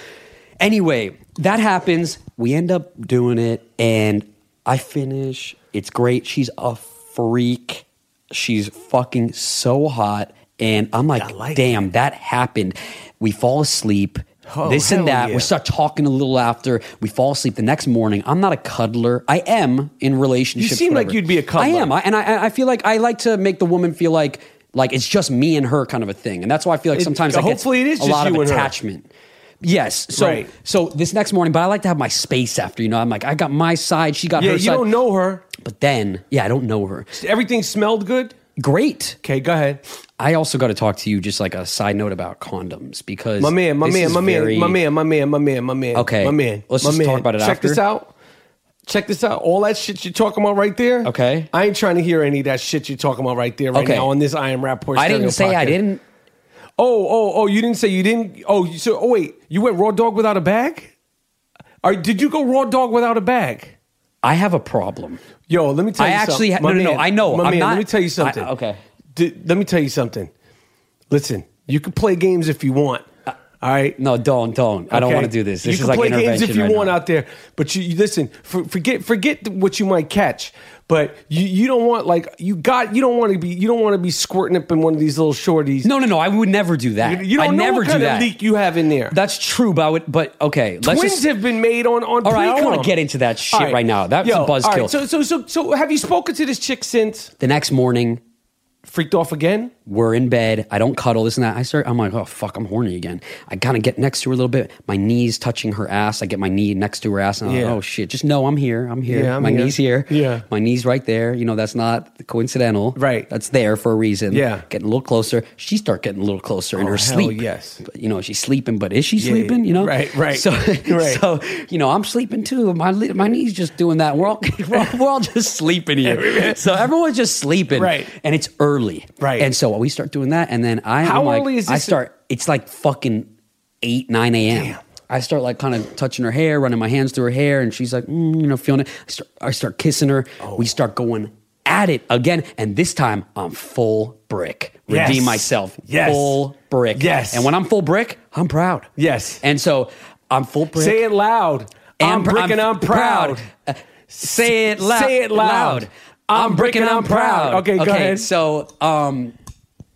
E: anyway, that happens. We end up doing it, and I finish. It's great. She's a freak. She's fucking so hot. And I'm like, damn, that happened. We fall asleep. this
D: Oh, hell
E: and that.
D: yeah.
E: We're start talking a little after. We fall asleep the next morning. I'm not a cuddler. I am in relationships.
D: seem like
E: whatever.
D: you'd be a cuddler.
E: I am. I, and I, I feel like I like to make the woman feel like like it's just me and her kind of a thing. And that's why I feel like
D: It-
E: sometimes I get
D: hopefully it is
E: a
D: just
E: lot
D: you
E: of
D: and her.
E: attachment. Yes. So
D: Right.
E: so this next morning, but I like to have my space after. You know, I'm like I got my side. She got
D: yeah,
E: her
D: you
E: side.
D: don't know her.
E: But then, yeah, I don't know her.
D: Everything smelled good.
E: Great.
D: Okay, go ahead,
E: I also got to talk to you just like a side note about condoms because
D: my man, my
E: this
D: man,
E: is
D: my
E: very-
D: man, my man, my man, my man, my man.
E: Okay,
D: my man.
E: let's
D: my
E: just
D: man.
E: talk about it
D: Check
E: after.
D: this out. Check this out. All that shit you're talking about right there.
E: Okay.
D: I ain't trying to hear any of that shit you're talking about right there right
E: Okay.
D: now on this I am Rapport.
E: I didn't say
D: Stereo
E: I
D: podcast.
E: didn't.
D: Oh, oh, oh! You didn't say you didn't. Oh, you- so oh wait, you went raw dog without a bag.
A: Are, did you go raw dog without a bag?
E: I have a problem.
D: Yo, let me tell
E: I
D: you
E: actually
D: something.
E: ha-
D: My
E: no, no, no,
D: man,
E: I know.
D: My
E: I'm
D: man,
E: not-
D: let me tell you
E: I-
D: something.
E: okay.
D: D- let me tell you something. Listen, you can play games if you want. all right.
E: Uh, No, don't, don't. I don't
D: okay?
E: want to do this. This
D: you
E: is
D: can
E: like
D: play
E: intervention
D: games if you
E: right
D: want
E: now.
D: out there, but you, you listen. For, forget forget what you might catch, but you, you don't want like you got you don't want to be you don't want to be squirting up in one of these little shorties.
E: No, no, no. I would never do that.
D: you, you don't
E: I
D: know
E: never
D: what
E: do
D: kind
E: that.
D: of leak you have in there.
E: That's true, but I would, but okay. let's
D: Twins
E: just,
D: have been made on on.
E: All right, I don't wanna
D: pre-com.
E: get into that shit
D: All
E: right now. That's a
D: Yo, all
E: buzzkill.
D: So so so so have you spoken to this chick since?
E: the next morning
D: Freaked off again?
E: we're in bed. I don't cuddle this and that. I start. I'm like, oh fuck, I'm horny again. I kind of get next to her a little bit. My knees touching her ass. I get my knee next to her ass, and I'm
D: Yeah.
E: like, oh shit, just know I'm here. I'm here.
D: Yeah, I'm
E: my
D: here.
E: knees here.
D: Yeah.
E: my knees right there. You know that's not coincidental.
D: Right.
E: that's there for a reason.
D: Yeah.
E: getting a little closer. She start getting a little closer in
D: Oh,
E: her
D: hell
E: sleep.
D: yes.
E: But, you know she's sleeping, but is she sleeping? You know,
D: Right, right,
E: So,
D: right.
E: so you know I'm sleeping too. My li- my knees just doing that. We're all we're all, we're all just sleeping here. so everyone's just sleeping.
D: Right.
E: and it's early.
D: Right.
E: and so so we start doing that, and then I,
D: How
E: I'm like,
D: early is
E: I
D: this?
E: start. It's like fucking eight, nine a.m. I start like kind of touching her hair, running my hands through her hair, and she's like, mm, you know, feeling it. I start, I start kissing her.
D: Oh.
E: We start going at it again, and this time I'm full brick.
D: Yes.
E: Redeem myself.
D: Yes.
E: Full brick.
D: Yes.
E: And when I'm full brick, I'm proud.
D: Yes.
E: And so I'm full brick.
D: Say it loud. I'm brick and I'm proud.
E: Uh, say it loud.
D: Say it loud.
E: I'm brick and I'm proud.
D: Okay, go ahead.
E: So, um,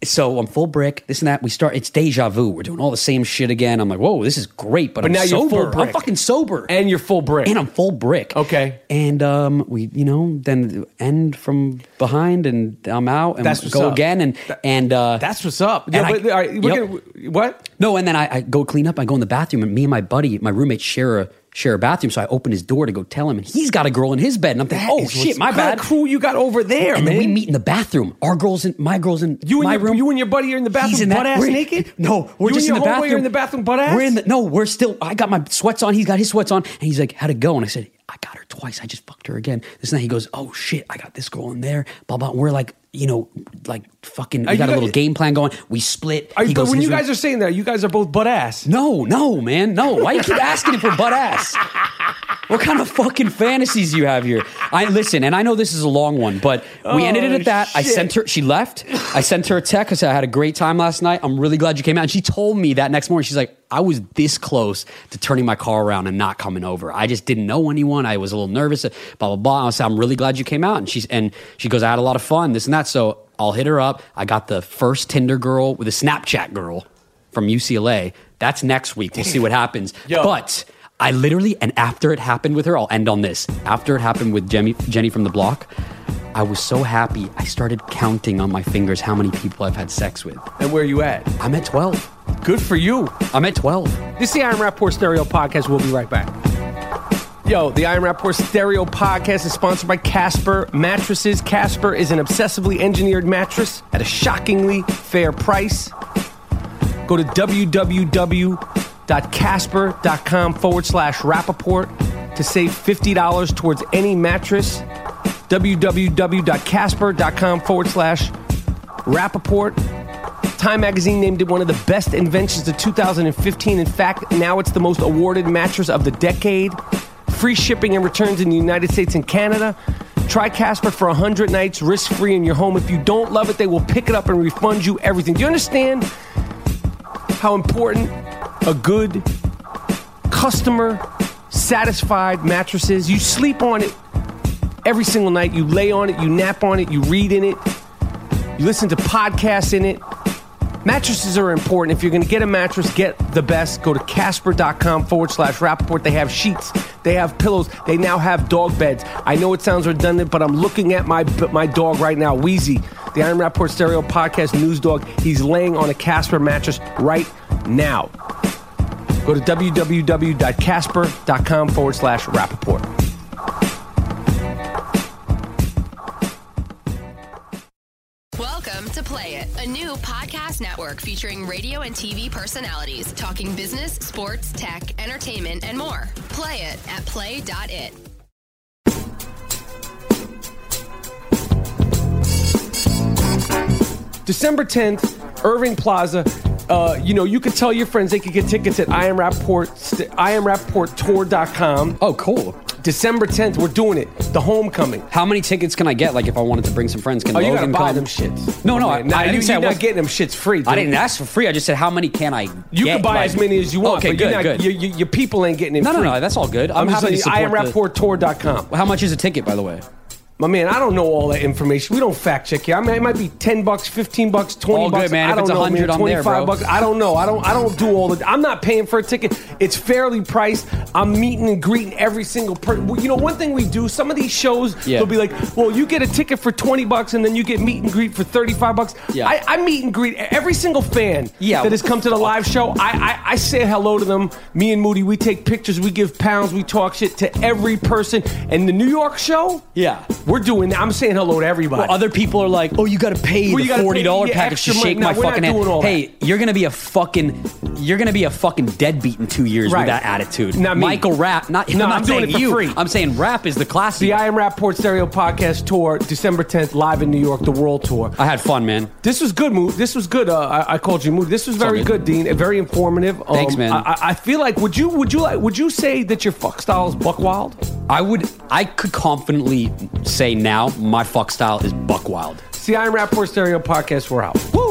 E: so I'm full brick. This and that. We start. It's deja vu. We're doing all the same shit again. I'm like, whoa, this is great, but,
D: But
E: I'm
D: now you're full
E: sober. I'm
D: brick.
E: fucking sober,
D: And you're full brick.
E: and I'm full brick.
D: Okay.
E: And um, we, you know, then end from behind, and I'm out, and
D: That's what's
E: go
D: up.
E: again, and and uh,
D: That's what's up.
E: And
D: Yeah,
E: I-
D: but, all right, we're
E: Yep.
D: gonna- what?
E: no, and then I, I go clean up. I go in the bathroom, and me and my buddy, my roommate, share a share a bathroom. So I open his door to go tell him, and he's got a girl in his bed, and I'm thinking,
D: That
E: oh
D: is
E: shit,
D: what's-
E: my
D: what kind
E: bad.
D: of crew you got over there,
E: And then we
D: man?
E: meet in the bathroom. Our girls in my girls in
D: You and
E: my
D: your-
E: room.
D: you and your buddy are in the bathroom
E: He's in that-
D: butt-ass
E: we're-
D: naked?
E: No, we're
D: You
E: just
D: and
E: in
D: your homeboy
E: the
D: are
E: bathroom.
D: in the bathroom butt-ass?
E: We're in the no. We're still. I got my sweats on. He's got his sweats on, and he's like, "How'd it go?" And I said, "I got her twice. I just fucked her again." This and that. He goes, "Oh shit, I got this girl in there." Blah blah. We're like, you know, like fucking. We
D: Are
E: got
D: you
E: a little
D: guys-
E: game plan going. We split.
D: Are you-
E: He
D: but
E: goes
D: when
E: his
D: you
E: room.
D: guys are saying that, you guys are both butt ass.
E: No, no, man, no. Why you keep asking for butt ass? What kind of fucking fantasies you have here? I listen, and I know this is a long one, but we ended it at that. I
D: shit.
E: sent her. She left. I sent her a text. I said I had a great time last night. I'm really glad you came out. And she told me that next morning. She's like, I was this close to turning my car around and not coming over. I just didn't know anyone. I was a little nervous. Blah blah blah. I said, I'm really glad you came out. And she's and she goes, I had a lot of fun. This and that. So I'll hit her up. I got the first Tinder girl with a Snapchat girl from UCLA. That's next week. We'll see what happens. But I literally, and after it happened with her, I'll end on this. After it happened with Jenny, Jenny from the block, I was so happy. I started counting on my fingers how many people I've had sex with.
D: And where are you at?
E: I'm at 12.
D: Good for you.
E: I'm at 12.
D: This is the Iron Rapport Stereo Podcast. We'll be right back. Yo, the Iron Rapport Stereo Podcast is sponsored by Casper Mattresses. Casper is an obsessively engineered mattress at a shockingly fair price. Go to www.casper.com forward slash Rappaport to save $50 towards any mattress. www.casper.com forward slash Rappaport. Time magazine named it one of the best inventions of 2015. In fact, now it's the most awarded mattress of the decade. Free shipping and returns in the United States and Canada. Try Casper for 100 nights risk free in your home. If you don't love it, they will pick it up and refund you everything. Do you understand how important a good customer satisfied mattress is? You sleep on it every single night, you lay on it, you nap on it, you read in it, you listen to podcasts in it. Mattresses are important. If you're going to get a mattress, get the best. Go to casper.com forward slash Rappaport. They have sheets, they have pillows, they now have dog beds. I know it sounds redundant, but I'm looking at my my dog right now, Wheezy, the Iron Rapport Stereo Podcast News Dog. He's laying on a Casper mattress right now. Go to www.casper.com forward slash Rappaport.
F: Welcome to Play It, a new podcast network featuring radio and TV personalities talking business, sports, tech, entertainment, and more. Play it at play.it.
D: December 10th, Irving Plaza. Uh, you know, you could tell your friends they could get tickets at I am Rapport, st- IamRapportTour.com.
E: Oh, cool.
D: Uh, December 10th, we're doing it. The homecoming.
E: How many tickets can I get? Like, if I wanted to bring some friends, can
D: Oh, you
E: Logan
D: gotta buy
E: come?
D: them shits.
E: No, no, I-
D: Man, nah,
E: I didn't
D: you,
E: say I
D: you're not
E: wasn't-
D: getting them shits free. Dude.
E: I didn't ask for free. I just said, how many can I?
D: You can buy as many as you want.
E: Okay,
D: but
E: good,
D: you're not,
E: good.
D: Your, your, your people ain't getting it
E: no,
D: free.
E: no, no. That's all good.
D: I'm,
E: I'm,
D: just
E: happy
D: saying,
E: to support the-
D: IamRapportTour.com.
E: How much is a ticket, by the way?
D: My man, I don't know all that information. We don't fact check here. I mean, it might be ten bucks, fifteen bucks, twenty
E: All good,
D: bucks.
E: man.
D: I
E: If
D: don't
E: it's
D: know,
E: 100,
D: man.
E: I'm there, bro.
D: bucks. I don't know. I don't. I don't do all the. I'm not paying for a ticket. It's fairly priced. I'm meeting and greeting every single person. you know, one thing we do. Some of these shows,
E: Yeah.
D: they'll be like, "Well, you get a ticket for twenty bucks, and then you get meet and greet for thirty-five bucks."
E: Yeah.
D: I, I meet and greet every single fan
E: Yeah.
D: that has come to the live show. I, I I say hello to them. Me and Moody, we take pictures, we give pounds, we talk shit to every person. And the New York show,
E: Yeah.
D: we're doing. I'm saying hello to everybody.
E: Well, other people are like, "Oh, you got to pay
D: Well, you
E: the
D: gotta pay
E: forty dollar
D: the
E: package to
D: extra
E: shake
D: money. No,
E: my
D: we're not
E: fucking
D: doing all
E: hand."
D: that.
E: Hey, you're gonna be a fucking, you're gonna be a fucking deadbeat in two years
D: Right.
E: with that attitude.
D: Not me.
E: Michael Rap. Not,
D: No,
E: I'm not
D: I'm doing
E: saying
D: it for
E: you.
D: free.
E: I'm saying rap is the classic.
D: the I Am Rapport Stereo Podcast Tour, December 10th, live in New York, the World Tour. Uh,
E: I had fun, man.
D: This was good, Mood. This was good. Uh, I, I called you Mood. This was
E: all
D: very good,
E: good.
D: Dean. and Very informative. Um,
E: Thanks, man.
D: I, I- I feel like would you would you like would you say that your fuck style is buck wild?
E: I would, I could confidently say now, my fuck style is buck wild.
D: See, I Am Rapport Stereo Podcast. We're out. Woo!